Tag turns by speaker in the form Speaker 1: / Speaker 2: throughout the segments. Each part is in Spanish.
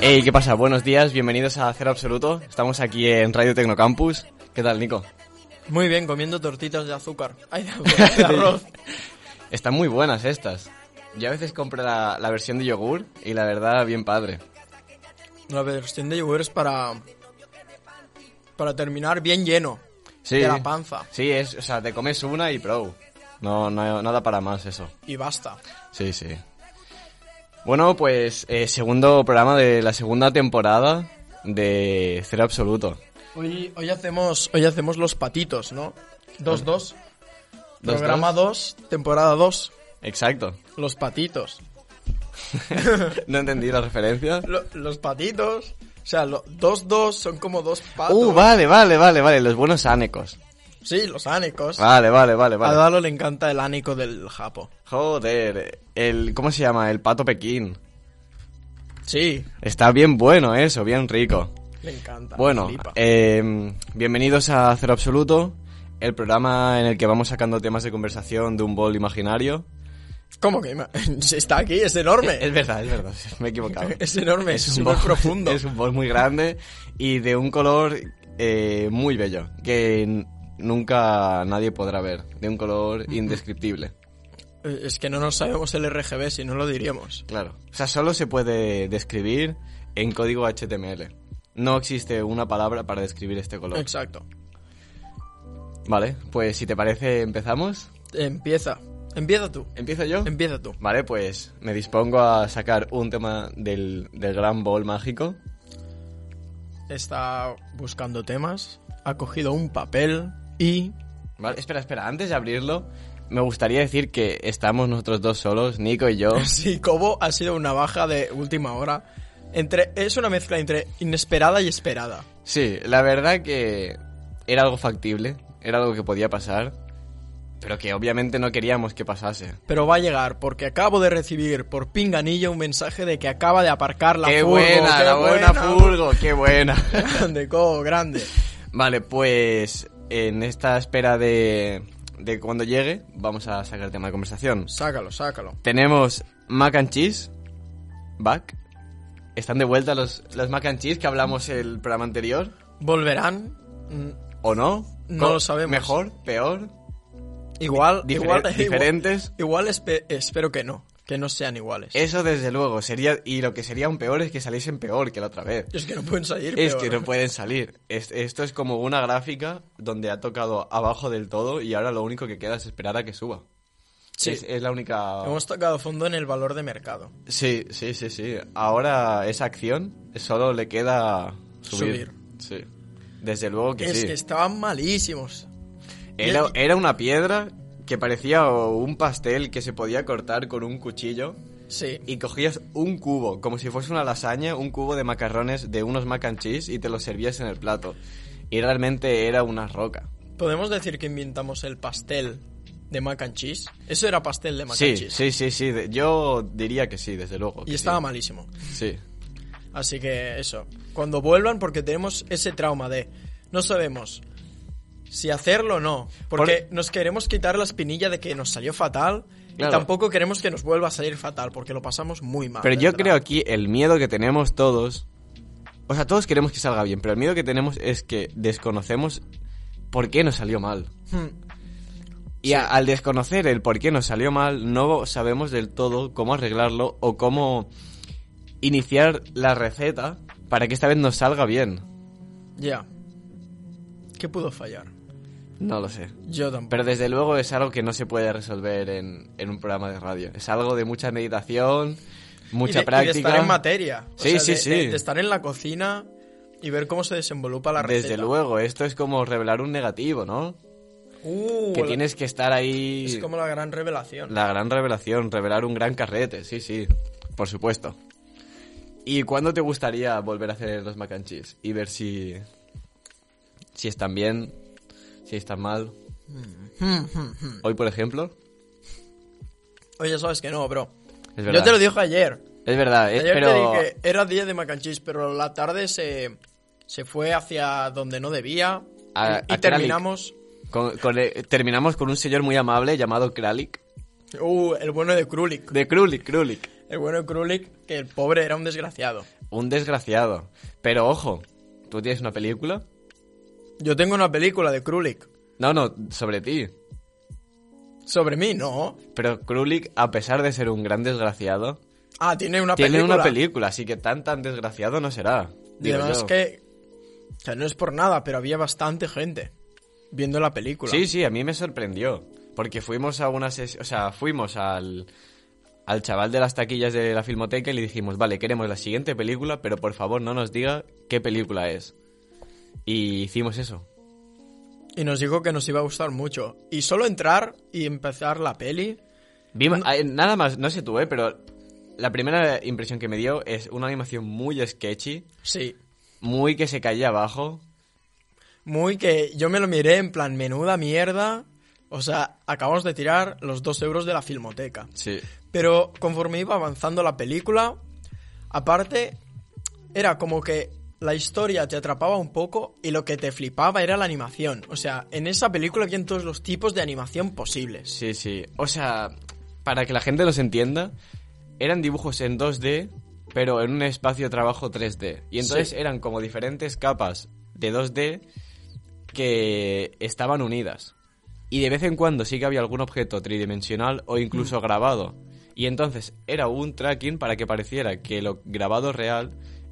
Speaker 1: Hey, ¿qué pasa? Buenos días, bienvenidos a Cero Absoluto. Estamos aquí en Radio Tecnocampus. ¿Qué tal, Nico?
Speaker 2: Muy bien, comiendo tortitas de azúcar. Ay, de, azúcar, de arroz.
Speaker 1: Están muy buenas estas. Yo a veces compro la, la versión de yogur y la verdad, bien padre.
Speaker 2: La versión de yogur es para. para terminar bien lleno.
Speaker 1: Sí.
Speaker 2: De la panza.
Speaker 1: Sí, es, o sea, te comes una y pro. No, no, nada para más eso.
Speaker 2: Y basta.
Speaker 1: Sí, sí. Bueno, pues eh, segundo programa de la segunda temporada de Cero Absoluto.
Speaker 2: Hoy, hoy, hacemos, hoy hacemos los patitos, ¿no? 2-2. Programa 2, temporada 2.
Speaker 1: Exacto.
Speaker 2: Los patitos.
Speaker 1: no entendí la referencia.
Speaker 2: Lo- los patitos. O sea, 2-2 son como dos patos.
Speaker 1: Uh, vale, vale, vale, vale. Los buenos ánecos.
Speaker 2: Sí, los anecos.
Speaker 1: Vale, vale, Ah, vale,
Speaker 2: A
Speaker 1: vale.
Speaker 2: Dalo le encanta el ánico del Japo.
Speaker 1: Joder, el. ¿Cómo se llama? El pato Pekín.
Speaker 2: Sí,
Speaker 1: Está bien bueno eso, bien rico.
Speaker 2: le encanta.
Speaker 1: Bueno,
Speaker 2: flipa.
Speaker 1: eh, bienvenidos a Cero Absoluto, el programa en el que vamos sacando temas de conversación de un bol imaginario.
Speaker 2: ¿Cómo que? ima- Si Está aquí, es enorme.
Speaker 1: Es verdad, es verdad, me he equivocado.
Speaker 2: Es enorme, es
Speaker 1: un
Speaker 2: súper
Speaker 1: bol-
Speaker 2: profundo.
Speaker 1: Es un bol muy grande y de un color eh, muy bello, que n- nunca nadie podrá ver, de un color indescriptible.
Speaker 2: Eh, Es que no nos sabemos el RGB, si no lo diríamos.
Speaker 1: Claro. O sea, solo se puede describir en código HTML. No existe una palabra para describir este color.
Speaker 2: Exacto.
Speaker 1: Vale, pues si te parece, empezamos.
Speaker 2: Empieza. Empieza tú.
Speaker 1: ¿Empiezo yo?
Speaker 2: Empieza tú.
Speaker 1: Vale, pues me dispongo a sacar un tema del, del gran bol mágico.
Speaker 2: Está buscando temas, ha cogido un papel y...
Speaker 1: Vale, espera, espera, antes de abrirlo, me gustaría decir que estamos nosotros dos solos, Nico y yo.
Speaker 2: Sí, Cobo ha sido una baja de última hora. Entre, es una mezcla entre inesperada y esperada.
Speaker 1: Sí, la verdad que era algo factible, era algo que podía pasar, pero que obviamente no queríamos que pasase.
Speaker 2: Pero va a llegar porque acabo de recibir por pinganillo un mensaje de que acaba de aparcar la
Speaker 1: ¡Qué
Speaker 2: furgo.
Speaker 1: buena,
Speaker 2: ¡Qué
Speaker 1: la buena, furgo! ¡Qué buena!
Speaker 2: Grande, Cobo, grande.
Speaker 1: vale, pues en esta espera de, de cuando llegue, vamos a sacar tema de conversación.
Speaker 2: Sácalo, sácalo.
Speaker 1: Tenemos mac and cheese, back. Están de vuelta los, los mac and cheese que hablamos el programa anterior.
Speaker 2: Volverán. mm,
Speaker 1: ¿O no?
Speaker 2: No
Speaker 1: Co-
Speaker 2: lo sabemos.
Speaker 1: ¿Mejor? ¿Peor?
Speaker 2: Igual,
Speaker 1: Difer-
Speaker 2: igual,
Speaker 1: ¿Diferentes?
Speaker 2: Igual, espe- espero que no, que no sean iguales.
Speaker 1: Eso desde luego. sería Y lo que sería un peor es que saliesen peor que la otra vez.
Speaker 2: Es que no pueden salir.
Speaker 1: Es
Speaker 2: peor.
Speaker 1: que no pueden salir. Es- esto es como una gráfica donde ha tocado abajo del todo y ahora lo único que queda es esperar a que suba.
Speaker 2: Sí.
Speaker 1: Es, es la única...
Speaker 2: Hemos tocado fondo en el valor de mercado.
Speaker 1: Sí, sí, sí, sí. Ahora esa acción solo le queda subir.
Speaker 2: Subir.
Speaker 1: Sí. Desde luego que
Speaker 2: es
Speaker 1: sí.
Speaker 2: que estaban malísimos.
Speaker 1: Era, era una piedra que parecía un pastel que se podía cortar con un cuchillo
Speaker 2: Sí.
Speaker 1: y cogías un cubo, como si fuese una lasaña, un cubo de macarrones de unos mac and cheese y te los servías en el plato. Y realmente era una roca.
Speaker 2: ¿Podemos decir que inventamos el pastel de mac and cheese? Eso era pastel de mac
Speaker 1: Sí,
Speaker 2: and cheese.
Speaker 1: sí, sí, sí. de- Yo diría que sí, desde luego. que
Speaker 2: Y estaba
Speaker 1: sí.
Speaker 2: malísimo.
Speaker 1: Sí.
Speaker 2: Así que eso. Cuando vuelvan, porque tenemos ese trauma de no sabemos si hacerlo o no. Porque nos queremos quitar la espinilla de que nos salió fatal.
Speaker 1: Claro.
Speaker 2: Y tampoco queremos que nos vuelva a salir fatal, porque lo pasamos muy mal.
Speaker 1: Pero
Speaker 2: de
Speaker 1: yo
Speaker 2: verdad.
Speaker 1: creo aquí el miedo que tenemos todos. O sea, todos queremos que salga bien, pero el miedo que tenemos es que desconocemos por qué nos salió mal.
Speaker 2: Hmm.
Speaker 1: Y a- al desconocer el por qué nos salió mal, no sabemos del todo cómo arreglarlo o cómo iniciar la receta para que esta vez nos salga bien.
Speaker 2: Ya. ¿Qué pudo fallar?
Speaker 1: No lo sé.
Speaker 2: Yo tampoco.
Speaker 1: Pero desde luego es algo que no se puede resolver en, en un programa de radio. Es algo de mucha meditación, mucha
Speaker 2: y de, y de
Speaker 1: práctica.
Speaker 2: estar en materia. O
Speaker 1: Sí,
Speaker 2: sea,
Speaker 1: sí,
Speaker 2: de-
Speaker 1: sí.
Speaker 2: De, de estar en la cocina y ver cómo se desenvolupa la receta.
Speaker 1: Desde luego, esto es como revelar un negativo, ¿no?
Speaker 2: Uh,
Speaker 1: que
Speaker 2: la-
Speaker 1: tienes que estar ahí...
Speaker 2: Es como la gran revelación.
Speaker 1: La gran revelación, revelar un gran carrete, sí, sí, por supuesto. ¿Y cuándo te gustaría volver a hacer los mac and cheese? Y ver si. si están bien, si están mal.
Speaker 2: Mm.
Speaker 1: Hoy, por ejemplo.
Speaker 2: Oye, sabes que no, bro.
Speaker 1: Es
Speaker 2: Yo
Speaker 1: verdad.
Speaker 2: te lo dije ayer.
Speaker 1: Es verdad, eh,
Speaker 2: Ayer
Speaker 1: pero.
Speaker 2: te dije, era día de mac and cheese, pero la tarde se, se fue hacia donde no debía.
Speaker 1: A-
Speaker 2: y
Speaker 1: a Kralik.
Speaker 2: terminamos.
Speaker 1: con- con- eh, terminamos con un señor muy amable llamado Kralik.
Speaker 2: Uh, el bueno de Krulik.
Speaker 1: De Krulik, Krulik.
Speaker 2: El bueno de Krulik, que el pobre era un desgraciado.
Speaker 1: Un desgraciado. Pero ojo, ¿tú tienes una película?
Speaker 2: Yo tengo una película de Krulik.
Speaker 1: No, no, sobre ti.
Speaker 2: Sobre mí, no.
Speaker 1: Pero Krulik, a pesar de ser un gran desgraciado,
Speaker 2: Ah, tiene una
Speaker 1: Tiene
Speaker 2: película.
Speaker 1: una película, así que tan tan desgraciado no será.
Speaker 2: Y
Speaker 1: digo
Speaker 2: además
Speaker 1: yo.
Speaker 2: que, que no es por nada, pero había bastante gente viendo la película.
Speaker 1: Sí, sí, a mí me sorprendió. Porque fuimos a una sesión, o sea, fuimos al, al chaval de las taquillas de la filmoteca y le dijimos, vale, queremos la siguiente película, pero por favor no nos diga qué película es. Y hicimos eso.
Speaker 2: Y nos dijo que nos iba a gustar mucho. Y solo entrar y empezar la peli.
Speaker 1: Vimos, ah, eh, nada más, no sé tú, eh, pero la primera impresión que me dio es una animación muy sketchy,
Speaker 2: Sí.
Speaker 1: muy que se caía abajo.
Speaker 2: Muy que yo me lo miré en plan, menuda mierda. O sea, acabamos de tirar los dos euros de la filmoteca.
Speaker 1: Sí.
Speaker 2: Pero conforme iba avanzando la película, aparte, era como que la historia te atrapaba un poco y lo que te flipaba era la animación. O sea, en esa película habían todos los tipos de animación posibles.
Speaker 1: Sí, sí. O sea, para que la gente los entienda, eran dibujos en 2D, pero en un espacio de trabajo 3D. Y entonces
Speaker 2: Sí.
Speaker 1: eran como diferentes capas de 2D que estaban unidas. Y de vez en cuando sí que había algún objeto tridimensional o
Speaker 2: Mm.
Speaker 1: incluso grabado. Y entonces era un tracking para que pareciera que lo grabado real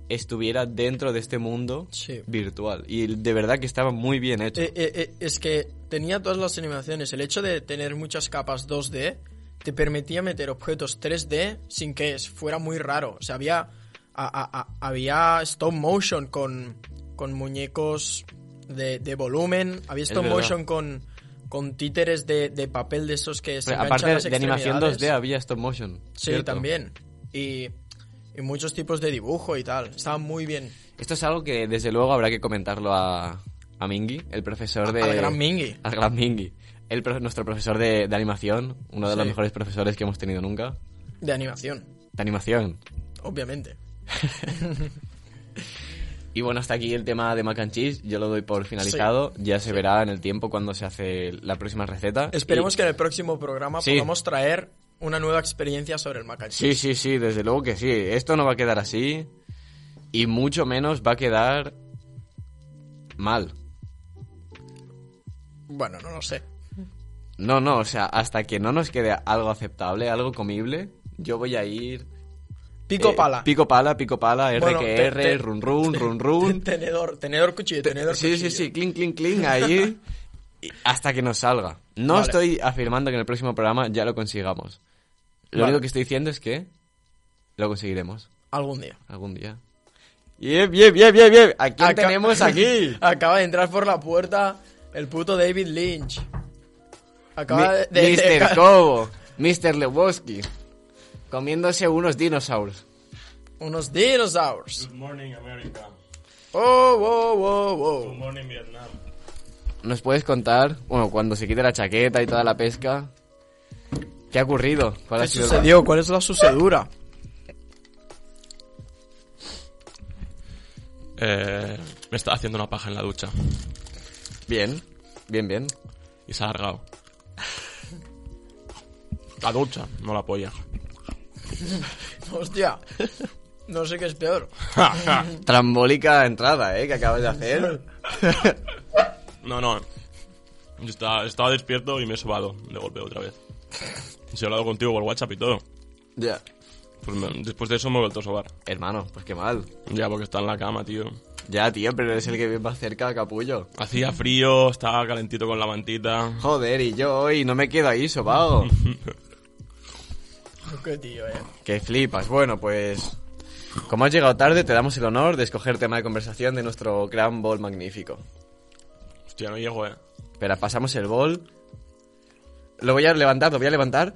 Speaker 1: estuviera dentro de este mundo
Speaker 2: Sí.
Speaker 1: virtual. Y de verdad que estaba muy bien hecho.
Speaker 2: Eh, eh, eh, es que tenía todas las animaciones. El hecho de tener muchas capas 2D te permitía meter objetos 3D sin que es- fuera muy raro. O sea, había, a- a- a- había stop motion con, con muñecos de, de volumen, había stop
Speaker 1: verdad.
Speaker 2: motion con, con títeres de, de papel de esos que se
Speaker 1: Pero
Speaker 2: enganchan
Speaker 1: aparte
Speaker 2: las
Speaker 1: de animación
Speaker 2: extremidades.
Speaker 1: 2D había stop motion.
Speaker 2: Sí,
Speaker 1: ¿cierto?
Speaker 2: también. Y, y muchos tipos de dibujo y tal. Estaba muy bien.
Speaker 1: Esto es algo que desde luego habrá que comentarlo a, a Mingy, el profesor de...
Speaker 2: Al gran Mingy.
Speaker 1: Al gran Mingy. El pro- nuestro profesor de, de animación, uno de los
Speaker 2: Sí.
Speaker 1: mejores profesores que hemos tenido nunca.
Speaker 2: De animación,
Speaker 1: De animación.
Speaker 2: obviamente.
Speaker 1: Y bueno, hasta aquí el tema de mac and cheese. Yo lo doy por finalizado. Ya se verá en el tiempo cuando se hace la próxima receta.
Speaker 2: Esperemos
Speaker 1: Y-
Speaker 2: que en el próximo programa
Speaker 1: Sí.
Speaker 2: podamos traer una nueva experiencia sobre el mac and
Speaker 1: Sí,
Speaker 2: cheese.
Speaker 1: sí, sí, desde luego que sí. Esto no va a quedar así. Y mucho menos va a quedar... Mal.
Speaker 2: Bueno, no lo sé.
Speaker 1: Eh, No, no, o sea, hasta que no nos quede algo aceptable, algo comible, yo voy a ir...
Speaker 2: Pico
Speaker 1: eh,
Speaker 2: pala.
Speaker 1: Pico pala, pico pala,
Speaker 2: Bueno, te-
Speaker 1: RQR,
Speaker 2: te-
Speaker 1: run run, run run.
Speaker 2: Tenedor, tenedor cuchillo, tenedor
Speaker 1: Sí, sí,
Speaker 2: cuchillo.
Speaker 1: sí, clink, clink, clink, ahí. y Hasta que nos salga. No
Speaker 2: Vale.
Speaker 1: estoy afirmando que en el próximo programa ya lo consigamos. Lo
Speaker 2: Vale.
Speaker 1: único que estoy diciendo es que lo conseguiremos
Speaker 2: Algún día.
Speaker 1: algún día. Bien, bien, bien, bien, bien. ¿A quién
Speaker 2: Acá-
Speaker 1: tenemos aquí?
Speaker 2: Acaba de entrar por la puerta el puto David Lynch. Acaba de, de- de-
Speaker 1: Mr. Cobo, Mr. Lebowski, comiéndose unos dinosaurios.
Speaker 2: unos dinosaurs.
Speaker 3: Good morning, America.
Speaker 2: Oh, wow, wow, wow.
Speaker 3: Good morning, Vietnam.
Speaker 1: ¿Nos puedes contar, bueno, cuando se quite la chaqueta y toda la pesca, qué ha ocurrido? ¿Cuál ha
Speaker 2: ¿Qué
Speaker 1: sido el-
Speaker 2: sucedió? ¿Cuál es la sucedura?
Speaker 3: Eh, me estaba haciendo una paja en la ducha
Speaker 1: Bien, bien, bien.
Speaker 3: y se ha alargado. La ducha, no la polla.
Speaker 2: Hostia. No sé qué es peor.
Speaker 1: Trambólica entrada, ¿eh? Que acabas de hacer.
Speaker 3: no, no. Yo estaba, estaba despierto y me he sobado de golpe otra vez. Si he hablado contigo por WhatsApp y todo.
Speaker 1: ya.
Speaker 3: Pues me- después de eso me he vuelto a sobar.
Speaker 1: Hermano, pues qué mal.
Speaker 3: Ya, porque está en la cama, tío.
Speaker 1: Ya, tío, pero eres el que vive más cerca, capullo.
Speaker 3: Hacía frío, estaba calentito con la mantita.
Speaker 1: Joder, y yo hoy no me quedo ahí, sobago.
Speaker 2: Qué tío, eh.
Speaker 1: que flipas. Bueno, pues... Como has llegado tarde, te damos el honor de escoger tema de conversación de nuestro gran bol magnífico.
Speaker 3: Hostia, no llego, eh.
Speaker 1: Espera, pasamos el bol. Lo voy a levantar, lo voy a levantar.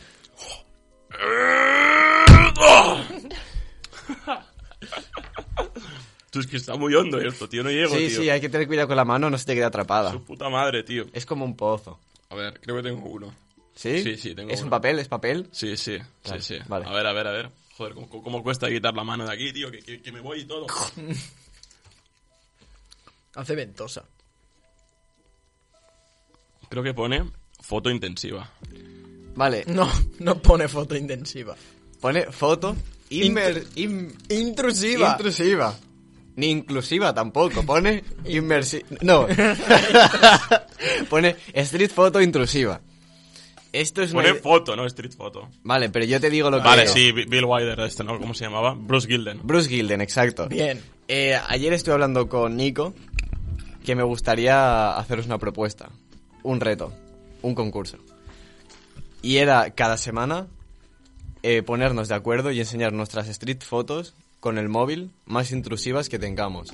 Speaker 3: Tú es que está muy hondo esto, tío. No llego,
Speaker 1: Sí,
Speaker 3: tío.
Speaker 1: sí, hay que tener cuidado con la mano, no se te quede atrapada.
Speaker 3: Su puta madre, tío.
Speaker 1: Es como un pozo.
Speaker 3: A ver, creo que tengo uno.
Speaker 1: ¿Sí?
Speaker 3: Sí, sí, tengo
Speaker 1: ¿Es un
Speaker 3: uno.
Speaker 1: papel? ¿Es papel?
Speaker 3: Sí, sí,
Speaker 1: Claro,
Speaker 3: sí, sí.
Speaker 1: vale.
Speaker 3: A ver, a ver, a ver. Joder, ¿cómo, cómo cuesta quitar la mano de aquí, tío? Que, que- que me voy y todo.
Speaker 2: Hace ventosa.
Speaker 3: Creo que pone foto intensiva.
Speaker 1: Vale,
Speaker 2: No, no pone foto intensiva.
Speaker 1: pone foto inmer- in-
Speaker 2: Intrusiva.
Speaker 1: intrusiva. Ni inclusiva tampoco, pone inmersiva. No. pone street photo intrusiva. Esto es una...
Speaker 3: Pone
Speaker 1: ide-
Speaker 3: foto, ¿no? Street photo.
Speaker 1: Vale, pero yo te digo lo que...
Speaker 3: Vale,
Speaker 1: es.
Speaker 3: sí, Bi- Bill Wider este, ¿no? ¿Cómo se llamaba? Bruce Gilden.
Speaker 1: Bruce Gilden, exacto.
Speaker 2: Bien.
Speaker 1: Eh, ayer estuve hablando con Nico que me gustaría haceros una propuesta, un reto, un concurso. Y era cada semana eh, ponernos de acuerdo y enseñar nuestras street fotos con el móvil más intrusivas que tengamos.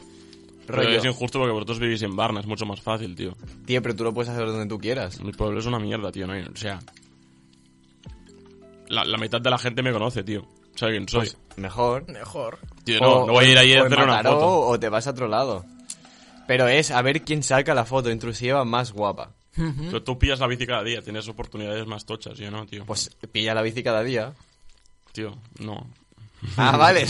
Speaker 3: Pero
Speaker 1: Rollo,
Speaker 3: es injusto porque vosotros vivís en Barna, es mucho más fácil, tío.
Speaker 1: tío, pero tú lo puedes hacer donde tú quieras.
Speaker 3: Mi pueblo es una mierda, tío. No hay- o sea. La, la mitad de la gente me conoce, tío. ¿Sabes quién soy?
Speaker 1: Pues, mejor.
Speaker 2: Mejor.
Speaker 3: tío, no,
Speaker 1: O-
Speaker 3: no voy a ir ahí
Speaker 1: o
Speaker 3: a
Speaker 1: en
Speaker 3: hacer una
Speaker 1: Mataró,
Speaker 3: foto.
Speaker 1: O te vas a otro lado. Pero es a ver quién saca la foto intrusiva más guapa.
Speaker 3: Pero tú pillas la bici cada día, tienes oportunidades más tochas, yo no, tío.
Speaker 1: Pues pilla la bici cada día.
Speaker 3: Tío, no.
Speaker 1: Ah, vale.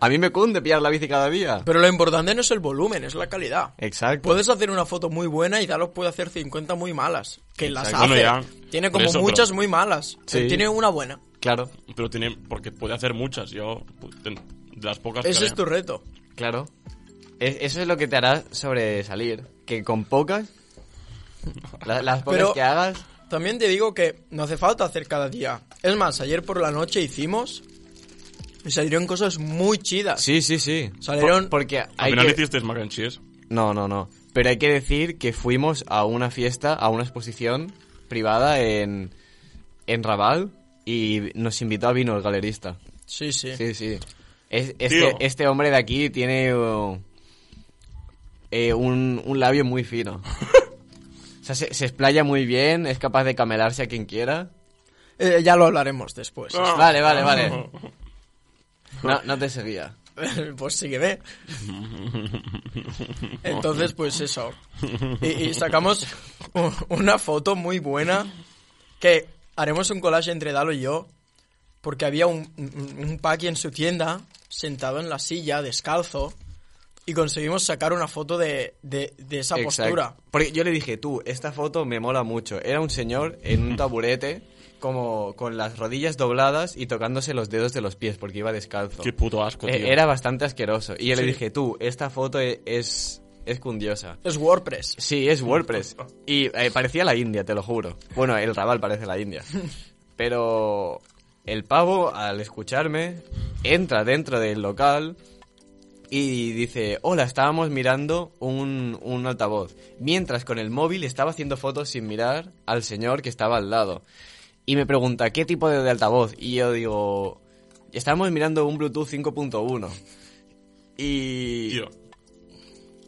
Speaker 1: A mí me cunde pillar la bici cada día.
Speaker 2: Pero lo importante no es el volumen, es la calidad.
Speaker 1: Exacto.
Speaker 2: Puedes hacer una foto muy buena y Dalos puede hacer 50 muy malas. Que las
Speaker 3: Exacto.
Speaker 2: hace.
Speaker 3: Bueno, ya.
Speaker 2: Tiene
Speaker 3: Por
Speaker 2: como
Speaker 3: eso, pero-
Speaker 2: muchas muy malas. Eh,
Speaker 1: Sí.
Speaker 2: Tiene una buena.
Speaker 1: Claro,
Speaker 3: Pero tiene. Porque puede hacer muchas, yo. pu- ten- De las pocas que
Speaker 2: Ese es
Speaker 3: haré.
Speaker 2: tu reto.
Speaker 1: claro. E- eso es lo que te hará sobresalir. Que con pocas, la- las pocas
Speaker 2: Pero-
Speaker 1: que hagas,
Speaker 2: También te digo que no hace falta hacer cada día. Es más, ayer por la noche hicimos y salieron cosas muy chidas.
Speaker 1: sí, sí, sí.
Speaker 2: Salieron-
Speaker 1: porque
Speaker 3: Al
Speaker 1: hay
Speaker 3: final
Speaker 1: que-
Speaker 3: hicisteis mac and cheese.
Speaker 1: No, no, no. Pero hay que decir que fuimos a una fiesta, a una exposición privada en, en Raval y nos invitó a vino el galerista.
Speaker 2: Sí, sí.
Speaker 1: Sí, sí. Es-
Speaker 3: Tío.
Speaker 1: este, este hombre de aquí tiene uh, eh, un, un labio muy fino. O sea, se, se explaya muy bien, es capaz de camelarse a quien quiera.
Speaker 2: Eh, ya lo hablaremos después.
Speaker 3: Ah.
Speaker 1: Vale, vale, vale. No, no te seguía.
Speaker 2: pues sígueme. Entonces, pues eso. Y, y sacamos u- una foto muy buena que haremos un collage entre Dalo y yo, porque había un, un, un paqui en su tienda, sentado en la silla, descalzo, y conseguimos sacar una foto de, de- de esa
Speaker 1: Exacto.
Speaker 2: postura.
Speaker 1: Porque yo le dije, tú, esta foto me mola mucho. Era un señor en un taburete, como con las rodillas dobladas y tocándose los dedos de los pies, porque iba descalzo.
Speaker 3: Qué puto asco, tío.
Speaker 1: Eh, Era bastante asqueroso. Y yo
Speaker 2: Sí.
Speaker 1: le dije, tú, esta foto e- es, es cundiosa.
Speaker 2: Es WordPress.
Speaker 1: Sí, es WordPress. Y eh, parecía la India, te lo juro. Bueno, el Raval parece la India. Pero el pavo, al escucharme, entra dentro del local y dice, hola, estábamos mirando un, un altavoz. Mientras con el móvil estaba haciendo fotos sin mirar al señor que estaba al lado. Y me pregunta, ¿qué tipo de, de altavoz? Y yo digo, estábamos mirando un Bluetooth 5.1. Y...
Speaker 3: Tío,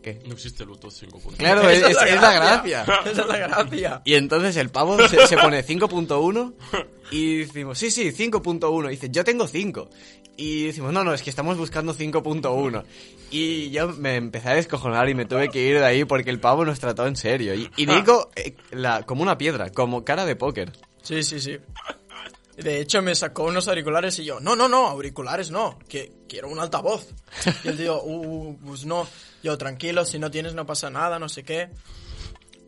Speaker 1: ¿Qué?
Speaker 3: no existe Bluetooth 5.0.
Speaker 1: Claro, es,
Speaker 2: Esa
Speaker 1: es- es la gracia.
Speaker 2: Esa es la gracia.
Speaker 1: Y entonces el pavo se, se pone 5.1 y decimos, sí, sí, 5.1. Y dice, yo tengo 5. Y decimos, no, no, es que estamos buscando 5.1. Y yo me empecé a descojonar y me tuve que ir de ahí porque el pavo nos trató en serio. Y, y Nico, eh, la- como una piedra, como cara de póker.
Speaker 2: Sí, sí, sí. De hecho, me sacó unos auriculares y yo, no, no, no, auriculares no, que quiero un altavoz. Y él dijo, "Uh, uh, pues no, yo tranquilo, si no tienes no pasa nada, no sé qué.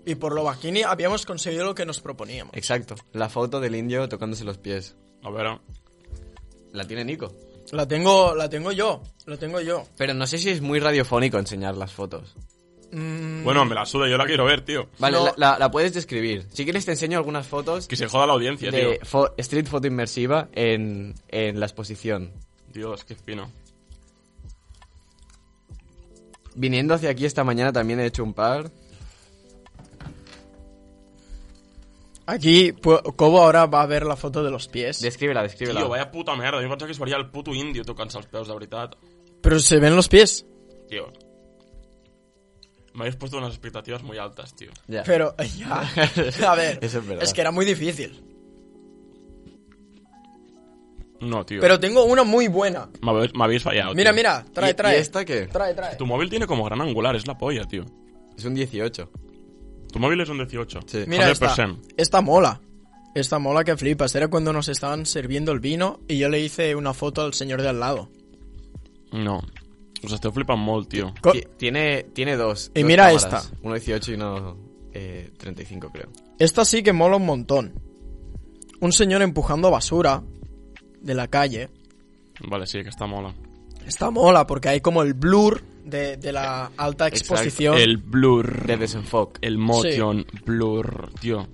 Speaker 2: Y por lo vaquini habíamos conseguido lo que nos proponíamos.
Speaker 1: Exacto, la foto del indio tocándose los pies.
Speaker 3: A ver, ah.
Speaker 1: La tiene Nico.
Speaker 2: La tengo, la tengo yo, la tengo yo.
Speaker 1: Pero no sé si es muy radiofónico enseñar las fotos. Mm.
Speaker 3: bueno, me la suda, yo la quiero ver, tío.
Speaker 1: Vale,
Speaker 2: No.
Speaker 1: la, la- la puedes describir. Si quieres te enseño algunas fotos
Speaker 3: Que se joda la audiencia,
Speaker 1: de
Speaker 3: tío.
Speaker 1: fo- street foto inmersiva en, en la exposición.
Speaker 3: Dios, qué fino.
Speaker 1: Viniendo hacia aquí esta mañana también he hecho un par.
Speaker 2: Aquí, pu- Cobo ahora va a ver la foto de los pies.
Speaker 1: Descríbela, descríbela.
Speaker 3: Tio, vaya puta merda. Jo em pensava que es faria el puto índio tocant-se els peus, de veritat.
Speaker 2: Pero se ven los pies.
Speaker 3: Tio. M'hagués puesto unes expectatives muy altas, tío.
Speaker 1: Ya.
Speaker 2: Pero, ya. A ver,
Speaker 1: Eso es verdad.
Speaker 2: que era muy difícil.
Speaker 3: No, tío.
Speaker 2: Pero tengo una muy buena.
Speaker 3: M'habéis m'habéis fallado,
Speaker 2: Mira,
Speaker 3: tío.
Speaker 2: mira,
Speaker 1: ¿Y-
Speaker 2: trae,
Speaker 1: y
Speaker 2: trae.
Speaker 1: esta qué?
Speaker 2: Trae, trae.
Speaker 3: Tu móvil tiene como gran angular, es la polla, tío.
Speaker 1: Es un 18.
Speaker 3: Tu móvil es un 18.
Speaker 1: Sí.
Speaker 2: Mira esta.
Speaker 3: 100%.
Speaker 2: Esta mola. Esta mola que flipas. Era cuando nos estaban sirviendo el vino y yo le hice una foto al señor de al lado.
Speaker 3: No. O sea, esteu flipant molt, tío.
Speaker 2: Co-
Speaker 1: Ti- Tiene, tiene dos.
Speaker 2: Y
Speaker 1: dos
Speaker 2: mira
Speaker 1: cámaras,
Speaker 2: esta.
Speaker 1: Uno 18 y uno eh, 35, creo.
Speaker 2: Esta sí que mola un montón. Un señor empujando basura de la calle.
Speaker 3: Vale, sí, que está mola.
Speaker 2: Esta mola porque hay como el blur de, de la alta exposición.
Speaker 3: El blur.
Speaker 1: De desenfoque.
Speaker 3: El motion blur. Tío,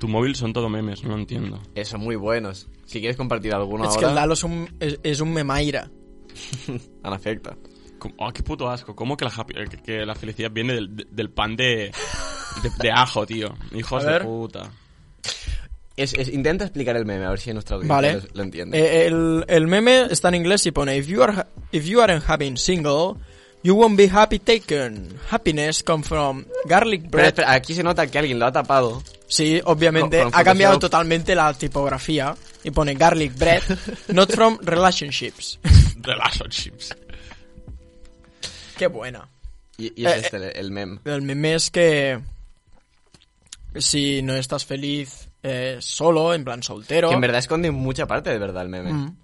Speaker 3: tu móvil son todo memes, no entiendo.
Speaker 1: Eh, son muy buenos. Si quieres compartir alguno
Speaker 2: es que
Speaker 1: ahora,
Speaker 2: el Lalo es un, es, es un memaira.
Speaker 1: an afecta.
Speaker 3: Com- Oh, qué puto asco. ¿Cómo que la, happy- eh, que- que la felicidad viene del, de- del pan de, de, de ajo, tío? Hijos
Speaker 2: A
Speaker 3: de
Speaker 2: ver.
Speaker 3: puta.
Speaker 1: Es, es- intenta explicar el meme, a ver si nuestra audiencia
Speaker 2: Vale.
Speaker 1: lo, lo entiende.
Speaker 2: Eh, el, el meme está en inglés y pone if you, are, if you aren't having single, you won't be happy taken. Happiness come from garlic
Speaker 1: Pero
Speaker 2: bread.
Speaker 1: espera, aquí se nota que alguien lo ha tapado.
Speaker 2: Sí, obviamente
Speaker 1: Con- con
Speaker 2: ha cambiado
Speaker 1: Photoshop.
Speaker 2: totalmente la tipografía y pone garlic bread, not from relationships.
Speaker 3: Relationships.
Speaker 2: Qué buena.
Speaker 1: Y, y es
Speaker 2: Eh,
Speaker 1: este el- el meme.
Speaker 2: El meme es que si no estás feliz eh, solo, en plan soltero,
Speaker 1: Que en verdad esconde mucha parte de verdad el meme.
Speaker 2: Mm.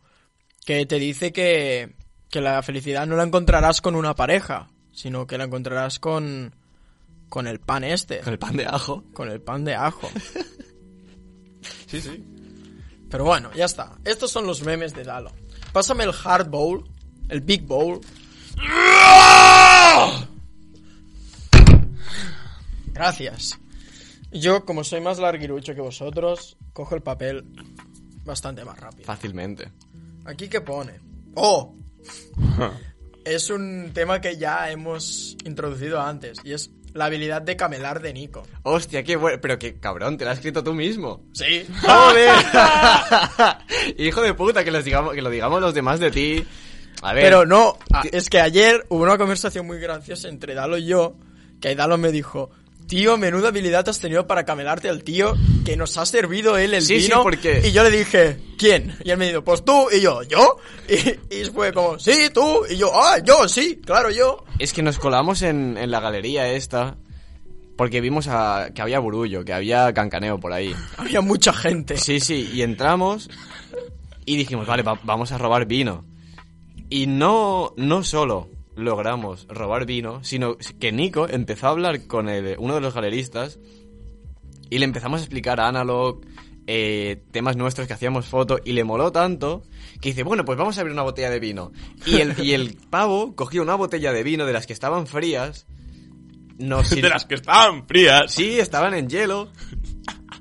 Speaker 2: que te dice que, que la felicidad no la encontrarás con una pareja, sino que la encontrarás con, con el pan este,
Speaker 1: Con el pan de ajo.
Speaker 2: con el pan de ajo.
Speaker 1: Sí, sí.
Speaker 2: Pero bueno, ya está. Estos son los memes de Dalo. Pásame el hard bowl, el big bowl. Gracias. Yo, como soy más larguirucho que vosotros, cojo el papel bastante más rápido.
Speaker 1: Fácilmente.
Speaker 2: Aquí que pone. ¡Oh! es un tema que ya hemos introducido antes y es la habilidad de camelar de Nico.
Speaker 1: Hostia, qué bueno. Pero qué cabrón, te lo has escrito tú mismo.
Speaker 2: Sí.
Speaker 1: Hijo de puta, que, los digamos, que lo digamos los demás de ti. A ver.
Speaker 2: Pero no,
Speaker 1: ah,
Speaker 2: a- es que ayer hubo una conversación muy graciosa entre Dalo y yo, que Dalo me dijo, tío, menuda habilidad has tenido para camelarte al tío, que nos ha servido él el
Speaker 1: Sí, sí,
Speaker 2: vino.
Speaker 1: porque-
Speaker 2: Y yo le dije, ¿quién? Y él me dijo, pues tú, y yo, ¿yo? Y, y fue como, sí, tú, y yo, ah, yo, sí, claro, yo.
Speaker 1: Es que nos colamos en, en la galería esta. Porque vimos a- que había burullo, que había cancaneo por ahí.
Speaker 2: Había mucha gente.
Speaker 1: Sí, sí, y entramos y dijimos, vale, va- vamos a robar vino. Y no, no solo logramos robar vino, sino que Nico empezó a hablar con el- uno de los galeristas y le empezamos a explicar analog, eh, temas nuestros que hacíamos foto y le moló tanto que dice, bueno, pues vamos a abrir una botella de vino. Y el, y el pavo cogió una botella de vino de las que estaban frías. Nos
Speaker 3: De
Speaker 1: sir-
Speaker 3: las que estaban frías.
Speaker 1: Sí, estaban en hielo.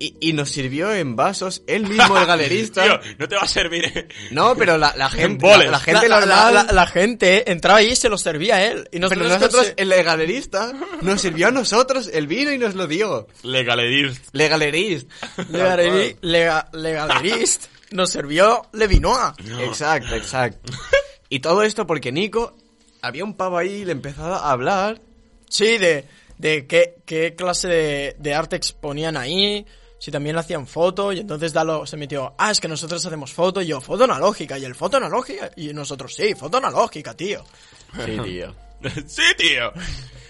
Speaker 1: Y, y nos sirvió en vasos él mismo, el galerista.
Speaker 3: Tío, no te va a servir. eh.
Speaker 1: No, pero la, la gente, la,
Speaker 3: boles.
Speaker 1: la gente
Speaker 2: la, la-
Speaker 1: normal.
Speaker 2: la- la gente entraba ahí y se lo servía a él. Y
Speaker 1: pero
Speaker 2: nosotros,
Speaker 1: nosotros, el galerista, nos sirvió a nosotros el vino y nos lo dio.
Speaker 3: Le galerist.
Speaker 1: Le galerist.
Speaker 2: le, galeri- le ga- le galerist nos sirvió Levinoa.
Speaker 1: Exacto, exacto. Y todo esto porque Nico, había un pavo ahí y le empezaba a hablar.
Speaker 2: Sí, de, de qué, qué clase de, de arte exponían ahí, si también hacían foto, y entonces Dalo se metió, ah, es que nosotros hacemos foto, y yo, foto analógica, y el foto analógica, y nosotros, sí, foto analógica, tío.
Speaker 1: Sí, tío.
Speaker 3: sí, tío.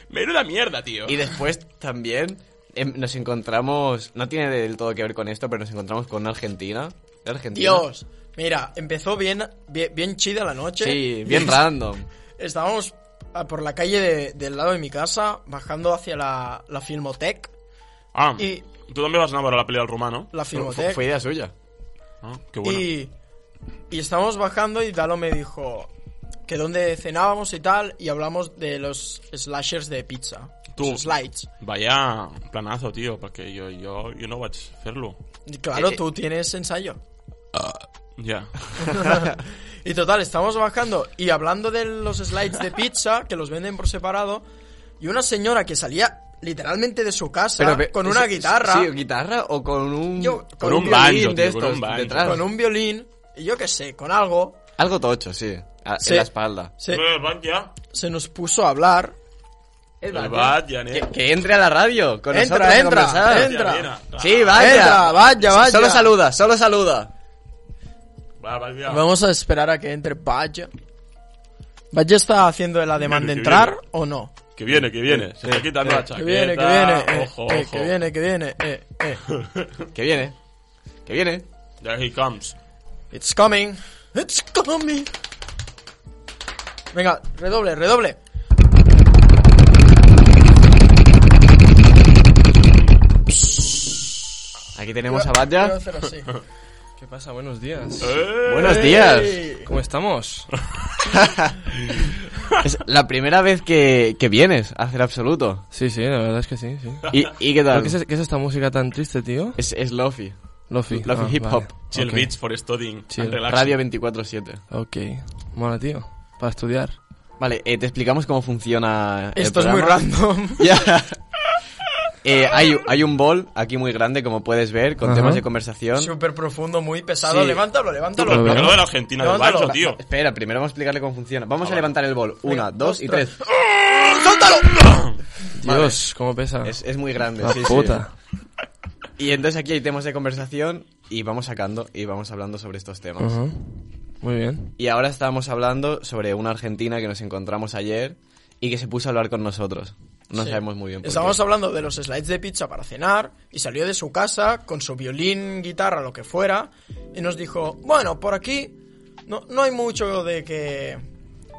Speaker 3: Menuda mierda, tío.
Speaker 1: Y después también em, nos encontramos, no tiene del todo que ver con esto, pero nos encontramos con una argentina. Argentina.
Speaker 2: Dios, mira, empezó bien, bien, bien chida la noche.
Speaker 1: Sí, bien random.
Speaker 2: Estábamos ah, por la calle de- del lado de mi casa, bajando hacia la, la Filmotec,
Speaker 3: Ah,
Speaker 2: y-
Speaker 3: tú también vas a enamorar la peli del rumano.
Speaker 2: la
Speaker 1: Fue,
Speaker 2: Filmotec.
Speaker 1: fue idea suya.
Speaker 3: Ah, qué bueno.
Speaker 2: Y, y estábamos bajando y Dalo me dijo que dónde cenábamos y tal, y hablamos de los slashers de pizza.
Speaker 3: Tú.
Speaker 2: Los slides.
Speaker 3: Vaya planazo, tío, perquè jo, jo, jo no vaig fer-lo.
Speaker 2: Y claro,
Speaker 1: Eh, eh.
Speaker 2: tú tienes ensayo.
Speaker 3: Ja.
Speaker 2: Y total, estamos bajando y hablando de los slides de pizza, que los venden por separado, y una señora que salía literalmente de su casa
Speaker 1: Pero ve-
Speaker 2: con una
Speaker 1: sí,
Speaker 2: guitarra,
Speaker 1: Sí, guitarra o con un.
Speaker 2: Yo- Con
Speaker 3: Con
Speaker 2: un
Speaker 3: un
Speaker 1: violín
Speaker 3: banjo,
Speaker 1: de
Speaker 3: tío, con
Speaker 1: estos
Speaker 3: un banjo.
Speaker 1: detrás.
Speaker 2: con un violín, y yo qué sé, con algo.
Speaker 1: Algo tocho, sí. a-
Speaker 2: Sí.
Speaker 1: En la espalda.
Speaker 2: Se,
Speaker 3: Eh, van ya.
Speaker 2: se nos puso a hablar.
Speaker 3: Eh, Vayan, eh.
Speaker 1: Que, que entre a la radio con
Speaker 2: Entra,
Speaker 1: nosotros a
Speaker 2: entra,
Speaker 1: conversar.
Speaker 3: Vayan,
Speaker 2: entra.
Speaker 3: mira.
Speaker 1: Sí, vaya.
Speaker 2: Entra, vaya, vaya.
Speaker 1: Solo saluda, solo saluda.
Speaker 3: Va, va, ya.
Speaker 2: Vamos a esperar a que entre Vaya. ¿Vaya está haciendo el ademán de
Speaker 3: Viene, que
Speaker 2: entrar
Speaker 3: viene.
Speaker 2: o no?
Speaker 3: Que viene, que viene. Se está quitando la
Speaker 2: Que
Speaker 3: chaqueta.
Speaker 2: viene, que viene, eh,
Speaker 3: Ojo,
Speaker 2: eh,
Speaker 3: ojo.
Speaker 2: que viene, que viene, eh, eh.
Speaker 1: Que viene. Que viene.
Speaker 3: There he comes.
Speaker 2: It's coming, it's coming. Venga, redoble, redoble.
Speaker 1: Aquí tenemos a Badja.
Speaker 4: ¿Qué pasa? Buenos días.
Speaker 3: Eh,
Speaker 1: Buenos días.
Speaker 4: ¿Cómo estamos?
Speaker 1: Es la primera vez que, que vienes a hacer absoluto.
Speaker 4: Sí, sí, la verdad es que sí, sí.
Speaker 1: ¿Y, y qué tal?
Speaker 4: ¿Qué es, qué es esta música tan triste, tío?
Speaker 1: Es, es Lofi.
Speaker 4: Lofi. Ah,
Speaker 1: Lofi hip hop.
Speaker 3: Chill
Speaker 4: Ok.
Speaker 3: beats for studying.
Speaker 4: Chill.
Speaker 3: and relaxing.
Speaker 1: Radio 24-7.
Speaker 4: Ok. Mola, tío. Para estudiar.
Speaker 1: Vale, eh, te explicamos cómo funciona. el
Speaker 2: Esto es muy
Speaker 1: programa.
Speaker 2: random.
Speaker 1: Ya. Eh, hay, hay un bol aquí muy grande, como puedes ver, con
Speaker 4: Ajá.
Speaker 1: temas de conversación.
Speaker 2: Súper profundo, muy pesado.
Speaker 1: Sí.
Speaker 2: Levántalo, levántalo.
Speaker 4: Lo
Speaker 3: Pero
Speaker 4: veo.
Speaker 3: lo de la Argentina del
Speaker 2: Levántalo.
Speaker 3: banjo, tío.
Speaker 1: Espera, primero vamos a explicarle cómo funciona. Vamos a levantar el bol. Una,
Speaker 2: Venga,
Speaker 1: dos y
Speaker 2: ostras.
Speaker 1: tres.
Speaker 2: ¡Suéltalo!
Speaker 4: Dios,
Speaker 1: Vale.
Speaker 4: cómo pesa.
Speaker 1: Es, es muy grande,
Speaker 4: la
Speaker 1: sí, sí.
Speaker 4: puta.
Speaker 1: Y entonces aquí hay temas de conversación y vamos sacando y vamos hablando sobre estos temas.
Speaker 4: Ajá. Muy bien.
Speaker 1: Y ahora estábamos hablando sobre una argentina que nos encontramos ayer y que se puso a hablar con nosotros. No
Speaker 2: Sí.
Speaker 1: sabemos muy bien por qué.
Speaker 2: Estábamos hablando de los slides de pizza para cenar y salió de su casa con su violín, guitarra, lo que fuera y nos dijo, bueno, por aquí no, no hay mucho de que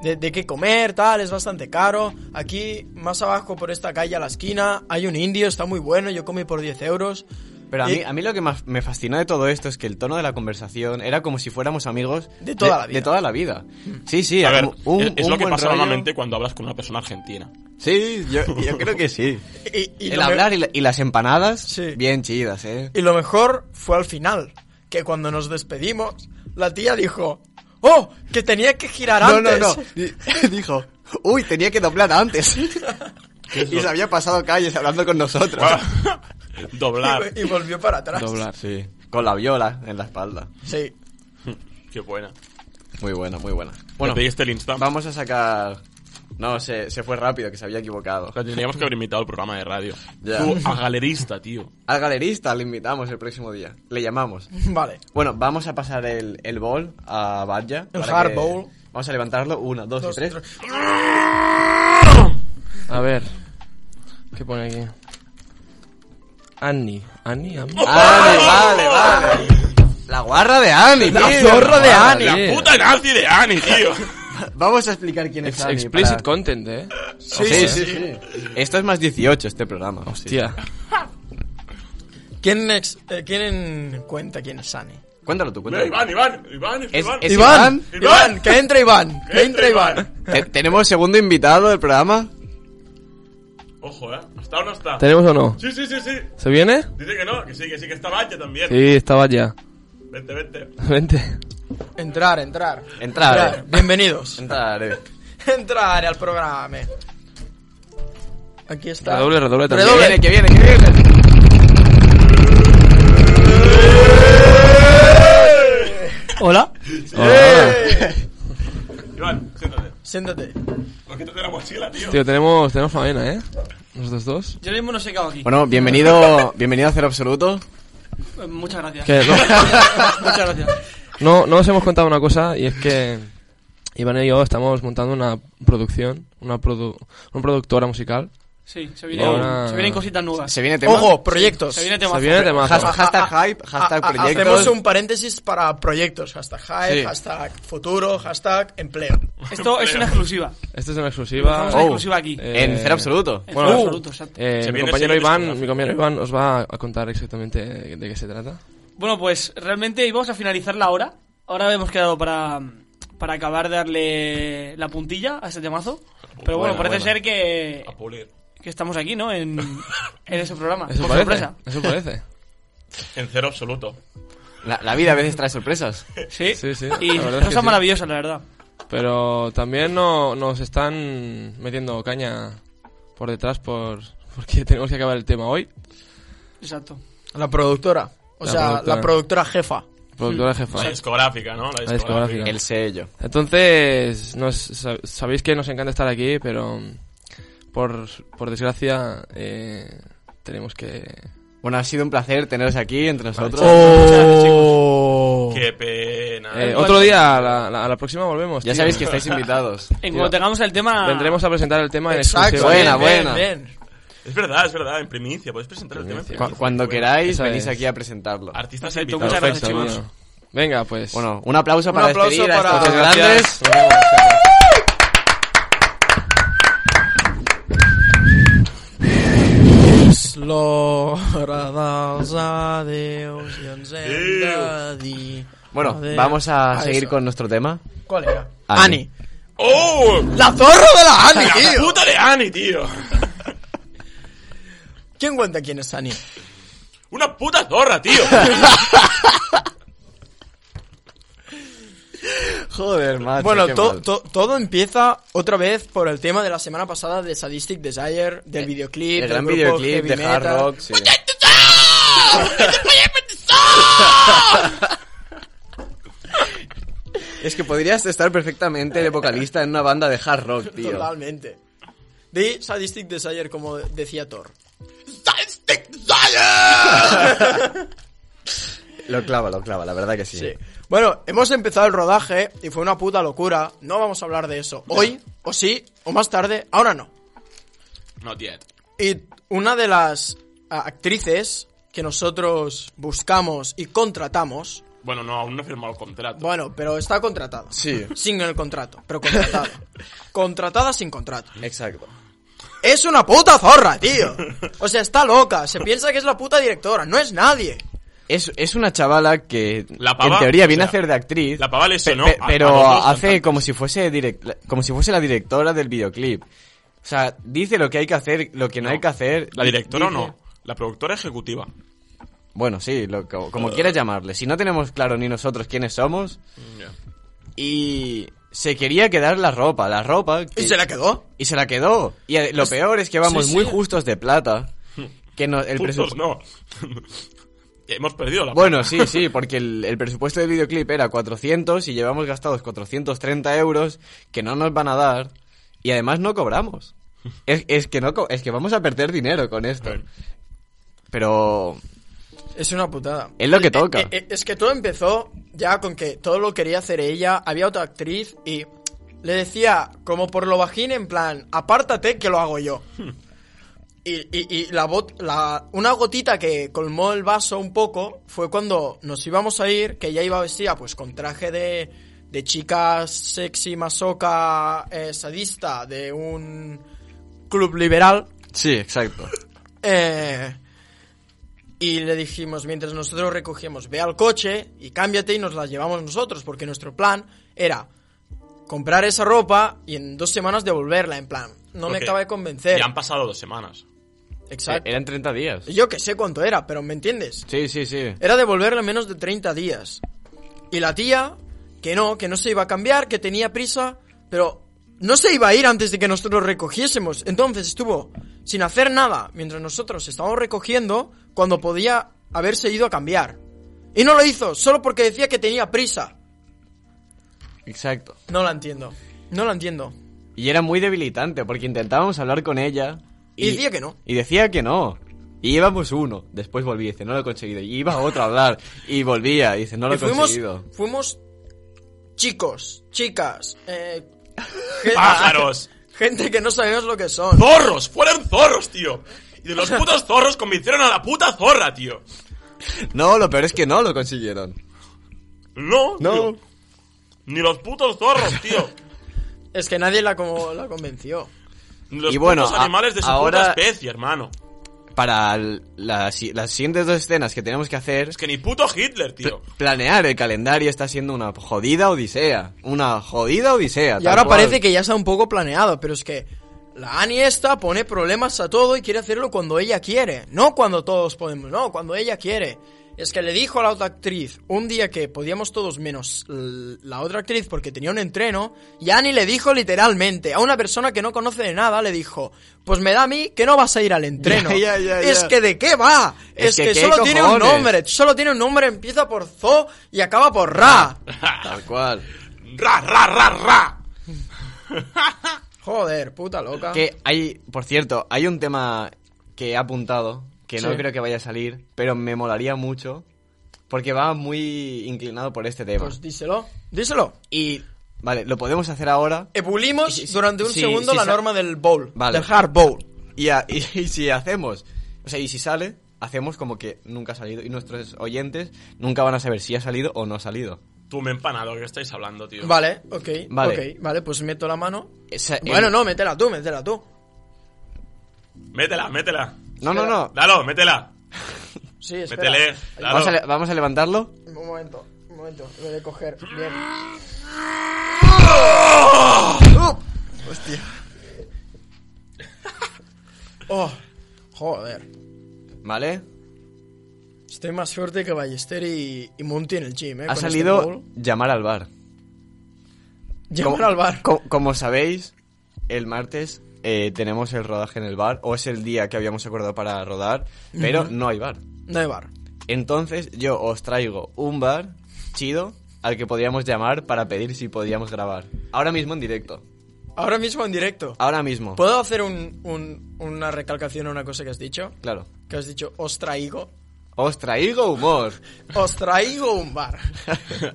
Speaker 2: de, de qué comer, tal, es bastante caro. Aquí, más abajo por esta calle a la esquina, hay un indio, está muy bueno, yo comí por 10 euros.
Speaker 1: Pero a
Speaker 2: Y-
Speaker 1: mí, a mí lo que más me fascinó de todo esto es que el tono de la conversación era como si fuéramos amigos
Speaker 2: De toda la vida.
Speaker 1: de toda la vida. Mm. Sí, sí,
Speaker 3: A ver,
Speaker 1: un-
Speaker 3: es, es
Speaker 1: un
Speaker 3: lo que
Speaker 1: buen
Speaker 3: pasa
Speaker 1: rollo.
Speaker 3: normalmente cuando hablas con una persona argentina.
Speaker 1: Sí, yo, yo creo que sí.
Speaker 2: Y, y
Speaker 1: el
Speaker 2: lo me-
Speaker 1: hablar y, la- y las empanadas,
Speaker 2: Sí.
Speaker 1: bien chidas, ¿eh?
Speaker 2: Y lo mejor fue al final, que cuando nos despedimos, la tía dijo, ¡Oh! Que tenía que girar
Speaker 1: No, no,
Speaker 2: antes.
Speaker 1: no. Di- Dijo, uy, tenía que doblar antes.
Speaker 3: es
Speaker 1: y
Speaker 3: lo-
Speaker 1: se había pasado calles hablando con nosotros.
Speaker 3: Ah. Doblar.
Speaker 2: Y, y volvió para atrás.
Speaker 4: Doblar.
Speaker 1: Sí, con la viola en la espalda.
Speaker 2: Sí.
Speaker 3: Qué buena.
Speaker 1: Muy buena, muy buena.
Speaker 3: Bueno,
Speaker 1: Bueno,
Speaker 3: pediste el Insta.
Speaker 1: vamos a sacar... No, se, se fue rápido, que se había equivocado.
Speaker 3: Teníamos que haber invitado al programa de radio.
Speaker 1: Ya.
Speaker 3: Tú, a galerista, tío.
Speaker 1: Al galerista le invitamos el próximo día. Le llamamos.
Speaker 2: Vale.
Speaker 1: Bueno, vamos a pasar el, el bol a Badja.
Speaker 2: El
Speaker 1: para
Speaker 2: hard ball.
Speaker 1: Vamos a levantarlo. Una, dos,
Speaker 2: Dos,
Speaker 1: y tres.
Speaker 2: tres.
Speaker 4: A ver. ¿Qué pone aquí? Annie. Annie, Annie.
Speaker 1: Oh. Vale, vale, vale. La guarra de Ani,
Speaker 4: La
Speaker 1: tío.
Speaker 4: zorra de
Speaker 1: Guarra
Speaker 4: Ani.
Speaker 1: de-
Speaker 4: Yeah.
Speaker 3: La puta nazi de Ani, tío.
Speaker 1: Vamos a explicar quién es
Speaker 4: Ex-
Speaker 1: Ani.
Speaker 4: explicit
Speaker 1: para-
Speaker 4: content, eh.
Speaker 1: Sí, sí, sí, Esto es más 18, este programa.
Speaker 4: Hostia.
Speaker 2: ¿Quién, ex- eh, ¿Quién cuenta quién es Ani?
Speaker 1: Sí. Cuéntalo tú,
Speaker 3: Mira,
Speaker 1: cuéntalo.
Speaker 3: Iván, Iván, Iván,
Speaker 1: Es-
Speaker 3: Iván.
Speaker 1: es-
Speaker 2: Iván,
Speaker 1: Iván.
Speaker 2: Iván, que entre Iván, que entre Iván.
Speaker 1: Te- Tenemos segundo invitado del programa.
Speaker 3: Ojo, eh. ¿Hasta ahora no está?
Speaker 4: ¿Tenemos o no?
Speaker 3: Sí, sí, sí, sí.
Speaker 4: ¿Se viene?
Speaker 3: Dice que no, que sí, que sí, que está Valle también.
Speaker 4: Sí, estaba ya.
Speaker 3: Vente, vente.
Speaker 4: Vente.
Speaker 2: Entrar, entrar.
Speaker 1: Entrar.
Speaker 2: Bienvenidos.
Speaker 1: Entraré.
Speaker 2: Entrar al programa. Aquí está.
Speaker 4: Redoble, redoble también.
Speaker 1: Que
Speaker 2: Redoble.
Speaker 1: viene, que viene, que viene.
Speaker 2: Hola.
Speaker 4: Hola.
Speaker 3: Iván, siéntate.
Speaker 2: Siéntate.
Speaker 3: ¿Por qué te de la mochila, tío?
Speaker 4: Tío, tenemos, tenemos faena, eh. Nosotros dos.
Speaker 5: Yo mismo no sé qué hago aquí.
Speaker 1: Bueno, bienvenido, bienvenido a Cero Absoluto.
Speaker 5: Eh, Muchas gracias.
Speaker 4: Que no.
Speaker 5: Muchas gracias.
Speaker 4: No, no os hemos contado una cosa y es que Iván y yo estamos montando una producción, una, produ- una productora musical.
Speaker 5: Sí, se
Speaker 4: Y
Speaker 5: vienen,
Speaker 4: ahora-
Speaker 5: se vienen cositas nuevas.
Speaker 1: Se viene tema. Oh.
Speaker 2: Ojo, proyectos. Ah,
Speaker 5: Se viene
Speaker 4: Se
Speaker 5: temas.
Speaker 4: viene temazo.
Speaker 1: Has- hashtag hype, hashtag
Speaker 2: Ha- ha-
Speaker 1: proyectos.
Speaker 2: ah, Hacemos un paréntesis para proyectos. Hashtag hype,
Speaker 1: Sí.
Speaker 2: hashtag futuro, hashtag empleo.
Speaker 5: Esto es una exclusiva.
Speaker 4: Esto es una exclusiva.
Speaker 5: Vamos a
Speaker 1: Oh.
Speaker 5: exclusiva aquí.
Speaker 4: Eh,
Speaker 1: En Cero Absoluto. uh,
Speaker 5: En
Speaker 4: bueno,
Speaker 5: absoluto, exacto.
Speaker 4: eh,
Speaker 3: Se
Speaker 4: mi,
Speaker 3: viene
Speaker 4: compañero
Speaker 3: serio
Speaker 4: Iván,
Speaker 3: esto,
Speaker 4: mi compañero Iván os va a contar exactamente de qué se trata.
Speaker 5: Bueno, pues realmente íbamos a finalizar la hora. Ahora hemos quedado para, para acabar de darle la puntilla a este temazo. Pero bueno,
Speaker 1: Buena,
Speaker 5: parece
Speaker 1: buena.
Speaker 5: ser que,
Speaker 3: A pulir.
Speaker 5: que estamos aquí, ¿no? En, en ese programa.
Speaker 4: Eso
Speaker 5: por
Speaker 4: parece.
Speaker 5: sorpresa.
Speaker 4: Eso parece.
Speaker 3: En cero absoluto.
Speaker 1: La, la vida a veces trae sorpresas.
Speaker 5: Sí,
Speaker 4: Sí, sí,
Speaker 5: Y
Speaker 4: la verdad es
Speaker 5: cosas
Speaker 4: que sí.
Speaker 5: maravillosas, la verdad.
Speaker 4: Pero también no, nos están metiendo caña por detrás por, porque tenemos que acabar el tema hoy.
Speaker 5: Exacto.
Speaker 2: La productora. O
Speaker 4: La
Speaker 2: sea,
Speaker 4: productora.
Speaker 2: la productora jefa.
Speaker 4: Productora jefa.
Speaker 3: La discográfica, ¿no?
Speaker 4: La discográfica.
Speaker 1: El sello.
Speaker 4: Entonces, nos- sab- sabéis que nos encanta estar aquí, pero por, por desgracia eh, tenemos que...
Speaker 1: Bueno, ha sido un placer teneros aquí entre nosotros.
Speaker 5: Oh,
Speaker 3: Qué pena.
Speaker 4: Eh, otro día, a la, la- a la próxima volvemos.
Speaker 1: Ya
Speaker 4: tío.
Speaker 1: sabéis que estáis invitados.
Speaker 5: En cuanto tengamos el tema.
Speaker 4: Vendremos a presentar el tema en
Speaker 2: Exacto.
Speaker 1: Buena,
Speaker 4: exclusiva.
Speaker 2: Ven, ven,
Speaker 1: buena.
Speaker 2: ven.
Speaker 3: Es verdad, es verdad, en primicia. Podéis presentar el
Speaker 4: Primicia.
Speaker 3: tema.
Speaker 1: Cu- Cuando queráis,
Speaker 4: Esa
Speaker 1: venís
Speaker 4: es.
Speaker 1: aquí a presentarlo.
Speaker 3: Artistas
Speaker 5: Perfecto,
Speaker 3: invitados.
Speaker 5: muchas gracias,
Speaker 4: Perfecto,
Speaker 5: chicos.
Speaker 4: tío. Venga, pues.
Speaker 1: Bueno, un aplauso
Speaker 2: Un
Speaker 1: para
Speaker 2: aplauso
Speaker 1: despedir
Speaker 2: para-
Speaker 1: a estos
Speaker 2: Muchas
Speaker 1: grandes.
Speaker 4: Nos vemos.
Speaker 2: És l'hora dels adeus i ens hem de dir...
Speaker 1: Bueno,
Speaker 2: adeu.
Speaker 1: vamos a seguir
Speaker 2: eso.
Speaker 1: con nuestro tema.
Speaker 2: ¿Cuál era?
Speaker 1: Ani.
Speaker 2: Ani.
Speaker 3: ¡Oh!
Speaker 2: ¡La zorra de la Ani,
Speaker 3: ¡La
Speaker 2: tío!
Speaker 3: puta de Ani, tío!
Speaker 2: ¿Quién cuenta quién es Ani?
Speaker 3: ¡Una puta zorra, tío!
Speaker 1: Joder, macho.
Speaker 2: Bueno,
Speaker 1: qué
Speaker 2: to-
Speaker 1: mal.
Speaker 2: to- todo empieza otra vez por el tema de la semana pasada de Sadistic Desire, del
Speaker 1: Eh,
Speaker 2: videoclip,
Speaker 1: El
Speaker 2: del
Speaker 1: gran
Speaker 2: grupo
Speaker 1: videoclip
Speaker 2: heavy
Speaker 1: de Hard
Speaker 2: metal.
Speaker 1: Rock. sí. Es que podrías estar perfectamente de vocalista en una banda de hard rock, tío.
Speaker 2: Totalmente. De Sadistic Desire, como decía Thor.
Speaker 1: Lo clava, lo clava, la verdad que sí.
Speaker 2: Sí. Bueno, hemos empezado el rodaje y fue una puta locura. No vamos a hablar de eso. Hoy, o sí, o más tarde, ahora no.
Speaker 3: Not yet.
Speaker 2: Y una de las a- actrices que nosotros buscamos y contratamos,
Speaker 3: Bueno, no, aún no he firmado el contrato.
Speaker 2: bueno, pero está contratada.
Speaker 1: Sí.
Speaker 2: Sin el contrato, pero contratada. contratada sin contrato.
Speaker 1: Exacto.
Speaker 2: Es una puta zorra, tío. O sea, está loca. Se piensa que es la puta directora. No es nadie.
Speaker 1: Es, es una chavala que
Speaker 3: La pava,
Speaker 1: en teoría viene
Speaker 3: o sea,
Speaker 1: a ser de actriz.
Speaker 3: la pava le sonó
Speaker 1: pe-
Speaker 3: a- a
Speaker 1: pero
Speaker 3: los dos
Speaker 1: hace
Speaker 3: cantantes.
Speaker 1: como si fuese direct- la- como si fuese la directora del videoclip. O sea, dice lo que hay que hacer, lo que no, hay que hacer.
Speaker 3: ¿La directora o
Speaker 1: dice-
Speaker 3: no? La productora ejecutiva.
Speaker 1: Bueno, sí, lo- co- como quieras llamarle. Si no tenemos claro ni nosotros quiénes somos. Y se quería quedar la ropa, la ropa. que-
Speaker 2: Y se la quedó.
Speaker 1: y se la quedó. Y eh, lo peor es que vamos
Speaker 2: sí,
Speaker 1: muy
Speaker 2: sí.
Speaker 1: justos de plata. Que no, el
Speaker 3: Justos,
Speaker 1: presupuesto.
Speaker 3: no. Hemos perdido la
Speaker 1: Bueno, sí, sí, porque el, el presupuesto del videoclip era 400 y llevamos gastados 430 euros que no nos van a dar y además no cobramos. Es, es que, no, co- es que vamos a perder dinero con esto. Pero
Speaker 2: Es una putada.
Speaker 1: es lo que
Speaker 2: Eh,
Speaker 1: toca.
Speaker 2: eh, es que todo empezó ya con que todo lo quería hacer ella. Había otra actriz y le decía, como por lo bajín, en plan, apártate que lo hago yo.
Speaker 1: Hmm.
Speaker 2: Y, y- y la bot- la- una gotita que colmó el vaso un poco fue cuando nos íbamos a ir, que ella iba vestida pues con traje de, de chica sexy, masoca, eh, sadista de un club liberal.
Speaker 1: Sí, exacto.
Speaker 2: Eh, y le dijimos, mientras nosotros recogíamos, ve al coche y cámbiate y nos la llevamos nosotros, porque nuestro plan era comprar esa ropa y en dos semanas devolverla, en plan. No me
Speaker 3: Porque
Speaker 2: acaba de convencer.
Speaker 3: Ya han eh, pasado dos semanas.
Speaker 2: Exacto.
Speaker 1: Eran 30 días.
Speaker 2: Yo que sé cuánto era, pero ¿me entiendes?
Speaker 1: Sí, sí, sí.
Speaker 2: Era devolverla en menos de 30 días. Y la tía, que no, que no se iba a cambiar, que tenía prisa, pero no se iba a ir antes de que nosotros recogiésemos. Entonces estuvo sin hacer nada mientras nosotros estábamos recogiendo cuando podía haberse ido a cambiar. Y no lo hizo, solo porque decía que tenía prisa.
Speaker 1: Exacto.
Speaker 2: No la entiendo. No la entiendo.
Speaker 1: Y era muy debilitante porque intentábamos hablar con ella.
Speaker 2: Y decía que no.
Speaker 1: Y decía que no. Y íbamos uno. Después volví y dice, no lo he conseguido. Y iba otro a hablar. Y volvía y dice, no lo
Speaker 2: Y
Speaker 1: he
Speaker 2: fuimos,
Speaker 1: conseguido.
Speaker 2: fuimos chicos, chicas, eh, gen-
Speaker 3: ¡Pájaros!
Speaker 2: gente que no sabemos lo que son.
Speaker 3: ¡Zorros! ¡Fueron zorros, tío! Y de los putos zorros convencieron a la puta zorra, tío.
Speaker 1: No, lo peor es que no lo consiguieron.
Speaker 3: No,
Speaker 1: No.
Speaker 3: tío. Ni los putos zorros, tío.
Speaker 2: Es que nadie la, como, la convenció.
Speaker 3: Ni los
Speaker 1: Y bueno,
Speaker 3: putos
Speaker 1: a-
Speaker 3: animales de su
Speaker 1: ahora-
Speaker 3: puta especie, hermano.
Speaker 1: Para el- la si- las siguientes dos escenas que tenemos que hacer,
Speaker 3: Es que ni puto Hitler, tío.
Speaker 1: pl- planear el calendario está siendo una jodida odisea. Una jodida odisea.
Speaker 2: Y
Speaker 1: tal
Speaker 2: ahora
Speaker 1: cual.
Speaker 2: parece que ya está un poco planeado, pero es que la Ani esta pone problemas a todo y quiere hacerlo cuando ella quiere. No cuando todos podemos, no, cuando ella quiere. Es que le dijo a la otra actriz un día que podíamos todos menos l- la otra actriz porque tenía un entreno. Y Annie le dijo literalmente a una persona que no conoce de nada, le dijo, pues me da a mí que no vas a ir al entreno.
Speaker 1: Ya, ya, ya,
Speaker 2: Es
Speaker 1: ya.
Speaker 2: que de qué va.
Speaker 1: Es
Speaker 2: Es,
Speaker 1: que
Speaker 2: que,
Speaker 1: qué
Speaker 2: solo tiene un
Speaker 1: cojones.
Speaker 2: nombre. Solo tiene un nombre, empieza por Zo y acaba por
Speaker 1: Ah,
Speaker 2: Ra.
Speaker 1: Tal cual.
Speaker 3: ¡Ra, ra, ra, ra!
Speaker 2: Joder, puta loca.
Speaker 1: Que hay, por cierto, hay un tema que he apuntado, que no
Speaker 2: Sí.
Speaker 1: creo que vaya a salir, pero me molaría mucho, porque va muy inclinado por este tema.
Speaker 2: Pues díselo. Díselo.
Speaker 1: Y, vale, lo podemos hacer ahora.
Speaker 2: Ebulimos
Speaker 1: Sí, sí,
Speaker 2: durante un
Speaker 1: sí,
Speaker 2: segundo
Speaker 1: sí,
Speaker 2: la
Speaker 1: sa-
Speaker 2: norma del bowl.
Speaker 1: Vale.
Speaker 2: Del hard bowl.
Speaker 1: Y, a- y, y si hacemos, o sea, y si sale, hacemos como que nunca ha salido. Y nuestros oyentes nunca van a saber si ha salido o no ha salido.
Speaker 3: Tú me empanado, ¿qué estáis hablando, tío?
Speaker 2: Vale, ok.
Speaker 1: Vale. Eh,
Speaker 2: Vale. vale, pues meto la mano.
Speaker 1: O sea, el-
Speaker 2: Bueno, no, métela tú, métela tú.
Speaker 3: Métela, métela.
Speaker 1: No, no, no.
Speaker 3: Dalo, métela.
Speaker 2: Sí, espera.
Speaker 3: Métele.
Speaker 1: Vamos a,
Speaker 3: Dalo.
Speaker 1: le- vamos a levantarlo.
Speaker 2: Un momento, un momento. Lo voy a coger. Bien. ¡Uh! Hostia. Oh, joder. Eh,
Speaker 1: ¿Vale?
Speaker 2: Estoy más fuerte que Ballester y, y Monty en el gym, ¿eh?
Speaker 1: Ha
Speaker 2: con este
Speaker 1: salido
Speaker 2: bowl.
Speaker 1: llamar al bar.
Speaker 2: Llamar al bar.
Speaker 1: co- como sabéis, el martes eh, tenemos el rodaje en el bar, o es el día que habíamos acordado para rodar, pero no hay bar.
Speaker 2: No hay bar.
Speaker 1: Entonces yo os traigo un bar chido al que podíamos llamar para pedir si podíamos grabar. Ahora mismo en directo.
Speaker 2: Ahora mismo en directo.
Speaker 1: Ahora mismo.
Speaker 2: ¿Puedo hacer un- un- una recalcación a una cosa que has dicho?
Speaker 1: Claro.
Speaker 2: Que has dicho, os traigo.
Speaker 1: Os traigo humor.
Speaker 2: Os traigo un bar.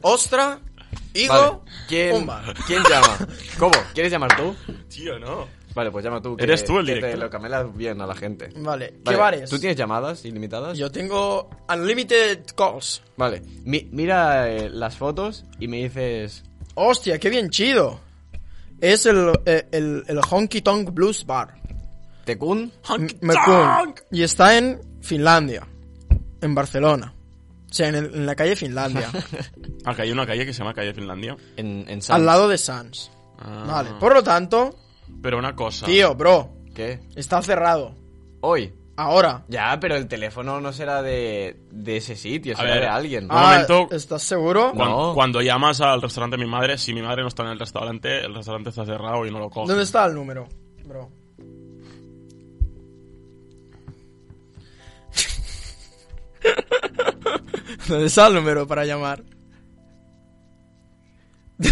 Speaker 2: Ostra,
Speaker 1: Vale.
Speaker 2: higo,
Speaker 1: ¿Quién,
Speaker 2: un bar.
Speaker 1: ¿Quién llama? ¿Cómo? ¿Quieres llamar tú?
Speaker 3: Tío, no.
Speaker 1: Vale, pues llama tú. que-
Speaker 3: Eres tú el
Speaker 1: que te
Speaker 3: director.
Speaker 1: lo camelas bien a la gente.
Speaker 2: Vale, ¿qué
Speaker 1: Vale,
Speaker 2: bares?
Speaker 1: ¿Tú tienes llamadas ilimitadas?
Speaker 2: Yo tengo unlimited calls.
Speaker 1: Vale, mi- mira eh, las fotos y me dices...
Speaker 2: Hostia, qué bien chido. Es el, eh, el, el Honky Tonk Blues Bar.
Speaker 1: Tecún,
Speaker 2: Me- Mekun. Y está en Finlandia. En Barcelona. O sea, en, el- en la calle Finlandia.
Speaker 3: Acá hay una calle Ah, que se llama Calle Finlandia.
Speaker 1: en, en Sants.
Speaker 2: al lado de Sans.
Speaker 3: Ah.
Speaker 2: Vale. Por lo tanto,
Speaker 3: Pero una cosa.
Speaker 2: tío, bro,
Speaker 1: ¿Qué?
Speaker 2: está cerrado.
Speaker 1: Hoy.
Speaker 2: Ahora.
Speaker 1: Ya, pero el teléfono no será de, de ese sitio,
Speaker 3: A
Speaker 1: será
Speaker 3: ver.
Speaker 1: de alguien.
Speaker 3: Ah. momento.
Speaker 2: ¿Estás seguro?
Speaker 3: Cuan- Cuando,
Speaker 1: No.
Speaker 3: llamas al restaurante de mi madre, si mi madre no está en el restaurante, el restaurante está cerrado y no lo coge.
Speaker 2: ¿Dónde está el número, bro? ¿Dónde está el número para llamar?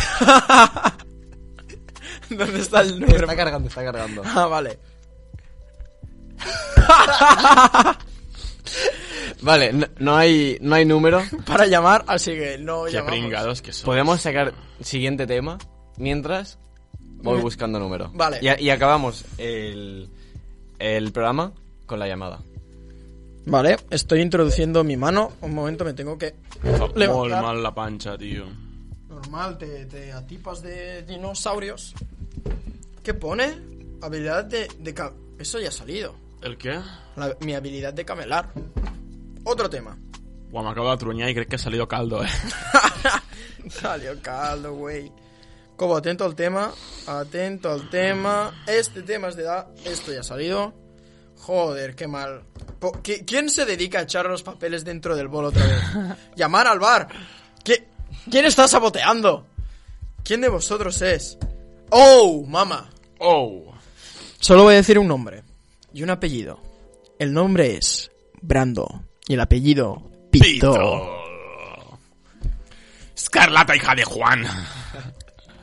Speaker 2: ¿Dónde está el número?
Speaker 1: Está cargando, está cargando.
Speaker 2: Ah, vale.
Speaker 1: Vale, no, no hay, no hay número.
Speaker 2: Para llamar, así que no
Speaker 3: Qué
Speaker 2: llamamos.
Speaker 3: pringados que son.
Speaker 1: Podemos sacar siguiente tema mientras voy buscando número.
Speaker 2: Vale.
Speaker 1: Y, a- y acabamos el, el programa con la llamada.
Speaker 2: Vale, estoy introduciendo mi mano. Un momento, me tengo que...
Speaker 3: Está muy
Speaker 2: levantar.
Speaker 3: mal la pancha, tío.
Speaker 2: Normal, te, te atipas de dinosaurios. ¿Qué pone? Habilidad de... de ca- Eso ya ha salido.
Speaker 3: ¿El qué?
Speaker 2: La- mi habilidad de camelar. Otro tema.
Speaker 3: Guau, me acabo de atruñar y crees que ha salido caldo, eh.
Speaker 2: Salió caldo, güey. Cobo, atento al tema. Atento al tema. Este tema es de edad. Esto ya ha salido. Joder, qué mal. Po- ¿qui- ¿Quién se dedica a echar los papeles dentro del bol otra vez? Llamar al bar. ¿Qui- ¿Quién está saboteando? ¿Quién de vosotros es? ¡Oh, mamá!
Speaker 3: Oh.
Speaker 2: Solo voy a decir un nombre y un apellido. El nombre es Brando y el apellido Pito.
Speaker 3: Escarlata, hija de Juan.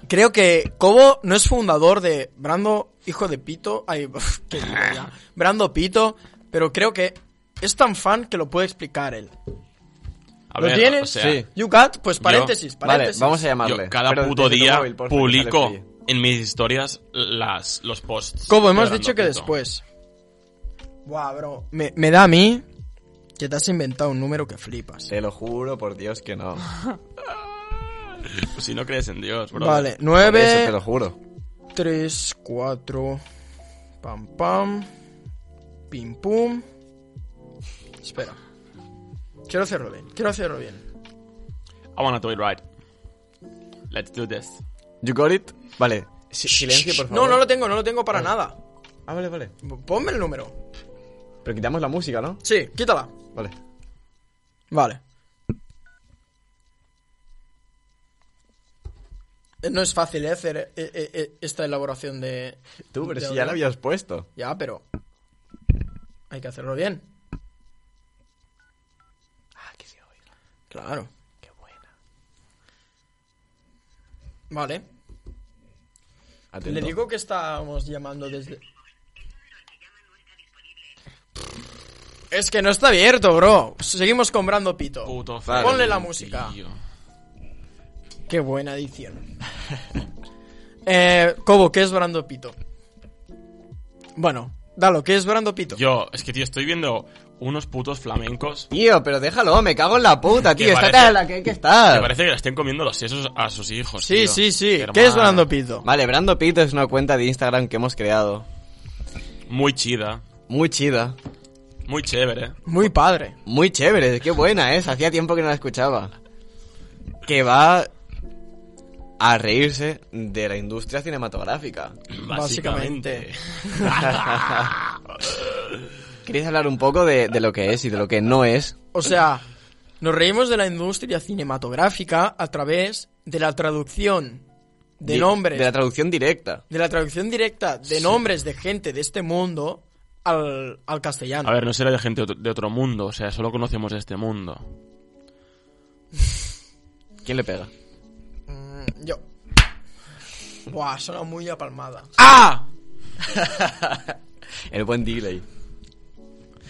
Speaker 2: Creo que Cobo no es fundador de Brando, hijo de Pito. Ay, qué digo ya. Brando Pito, pero creo que es tan fan que lo puede explicar él.
Speaker 3: A
Speaker 2: ¿Lo
Speaker 3: ver,
Speaker 2: tienes?
Speaker 3: o sea,
Speaker 1: Sí.
Speaker 2: You got, pues paréntesis,
Speaker 1: Vale,
Speaker 2: paréntesis.
Speaker 1: vamos a llamarle.
Speaker 3: yo cada
Speaker 1: Pero
Speaker 3: puto
Speaker 1: desde tu
Speaker 3: día
Speaker 1: móvil, porfa, que
Speaker 3: publico
Speaker 1: sales
Speaker 3: en mis historias las, los posts.
Speaker 2: Cobo, hemos
Speaker 3: Fernando
Speaker 2: dicho que
Speaker 3: Pito.
Speaker 2: después. Buah, bro. Me, me da a mí que te has inventado un número que flipas.
Speaker 1: Te lo juro por Dios que no.
Speaker 3: Si no crees en Dios, bro.
Speaker 2: Vale,
Speaker 1: Eso te lo
Speaker 2: 9,
Speaker 1: juro.
Speaker 2: 3, 4. Pam, pam. Pim, pum. Espera. Quiero hacerlo bien, quiero hacerlo bien.
Speaker 3: I wanna do it right. Let's do this.
Speaker 1: You got it? Vale. si- silencio, por favor.
Speaker 2: No, no lo tengo, no lo tengo para nada.
Speaker 1: Ah, vale, vale.
Speaker 2: P- Ponme el número.
Speaker 1: Pero quitamos la música, ¿no?
Speaker 2: Sí, quítala.
Speaker 1: Vale.
Speaker 2: Vale. Eh, No es fácil eh, hacer eh, eh, eh, esta elaboración de...
Speaker 1: Tú, pero
Speaker 2: de
Speaker 1: si ya
Speaker 2: audio.
Speaker 1: la habías puesto.
Speaker 2: Ya, pero... Hay que hacerlo bien.
Speaker 1: Ah, que sí, oiga,
Speaker 2: Claro.
Speaker 1: qué buena.
Speaker 2: Vale.
Speaker 1: Atento.
Speaker 2: Le digo que estábamos llamando desde... Es que no está abierto, bro. Seguimos comprando pito.
Speaker 3: Puto
Speaker 1: Vale.
Speaker 2: Ponle la
Speaker 3: Fermín,
Speaker 2: música.
Speaker 3: tío.
Speaker 2: Qué buena edición. eh, Cobo, ¿qué es Brando Pito? Bueno, dalo, ¿qué es Brando Pito?
Speaker 3: Yo, es que, tío, estoy viendo unos putos flamencos.
Speaker 1: Tío, pero déjalo, me cago en la puta,
Speaker 3: Que
Speaker 1: tío. Estate
Speaker 3: parece-
Speaker 1: a la que hay que
Speaker 3: Me
Speaker 1: estar.
Speaker 3: parece que le estén comiendo los sesos a sus hijos.
Speaker 2: Ah. sí,
Speaker 3: tío.
Speaker 2: sí, sí.
Speaker 3: Hermano.
Speaker 2: ¿Qué es Brando Pito?
Speaker 1: Vale, Brando Pito es una cuenta de Instagram que hemos creado.
Speaker 3: Muy chida.
Speaker 1: Muy chida.
Speaker 3: Muy chévere.
Speaker 2: Muy padre.
Speaker 1: Muy chévere, qué buena es. Hacía tiempo que no la escuchaba. Que va a reírse de la industria cinematográfica.
Speaker 2: Básicamente.
Speaker 1: ¿Queréis hablar un poco de, de lo que es y de lo que no es?
Speaker 2: O sea, nos reímos de la industria cinematográfica a través de la traducción de
Speaker 1: Di-
Speaker 2: nombres.
Speaker 1: De la traducción directa.
Speaker 2: de la traducción directa de nombres de gente de este mundo al, al castellano.
Speaker 3: A ver, no será de gente ot- de otro mundo, o sea, solo conocemos este mundo.
Speaker 1: ¿Quién le pega?
Speaker 2: Mm, Yo. Buah, suena muy apalmada.
Speaker 3: ¡Ah!
Speaker 1: El buen delay.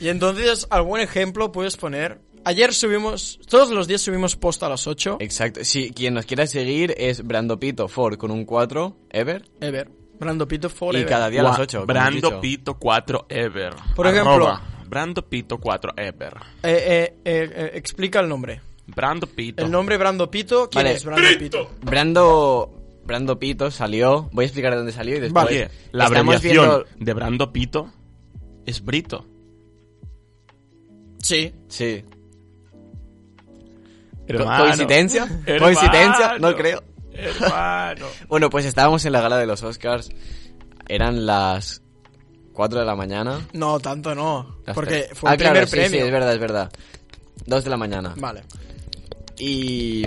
Speaker 2: Y entonces, algún ejemplo puedes poner. Ayer subimos, todos los días subimos post a las 8.
Speaker 1: Exacto. Si quien nos quiera seguir es Brandopito Ford con un 4, Ever.
Speaker 2: Ever. Brando Pito
Speaker 1: Y
Speaker 2: Forever.
Speaker 1: cada día a las 8.
Speaker 3: Brando Pito 4 Ever.
Speaker 2: Por ejemplo-
Speaker 3: Arroba, Brando Pito 4 Ever.
Speaker 2: Eh, eh, eh, eh, explica el nombre.
Speaker 3: Brando Pito.
Speaker 2: El nombre Brando Pito. ¿Quién
Speaker 1: Vale.
Speaker 2: es Brando Pito?
Speaker 1: Brando. Brando Pito salió. Voy a explicar de dónde salió y después.
Speaker 3: Oye, la
Speaker 1: Estamos
Speaker 3: abreviación
Speaker 1: viendo-
Speaker 3: de Brando Pito es Brito.
Speaker 2: Sí.
Speaker 1: Sí.
Speaker 3: Hermano.
Speaker 1: ¿Coincidencia?
Speaker 3: Hermano.
Speaker 1: ¿Coincidencia? No creo.
Speaker 3: Hermano.
Speaker 1: Bueno, pues estábamos en la gala de los Oscars. Eran las 4 de la mañana.
Speaker 2: No, tanto no.
Speaker 1: Las
Speaker 2: Porque
Speaker 1: tres.
Speaker 2: fue
Speaker 1: ah,
Speaker 2: el primer
Speaker 1: claro, sí,
Speaker 2: premio.
Speaker 1: Sí, es verdad, es verdad. 2 de la mañana.
Speaker 2: Vale.
Speaker 1: Y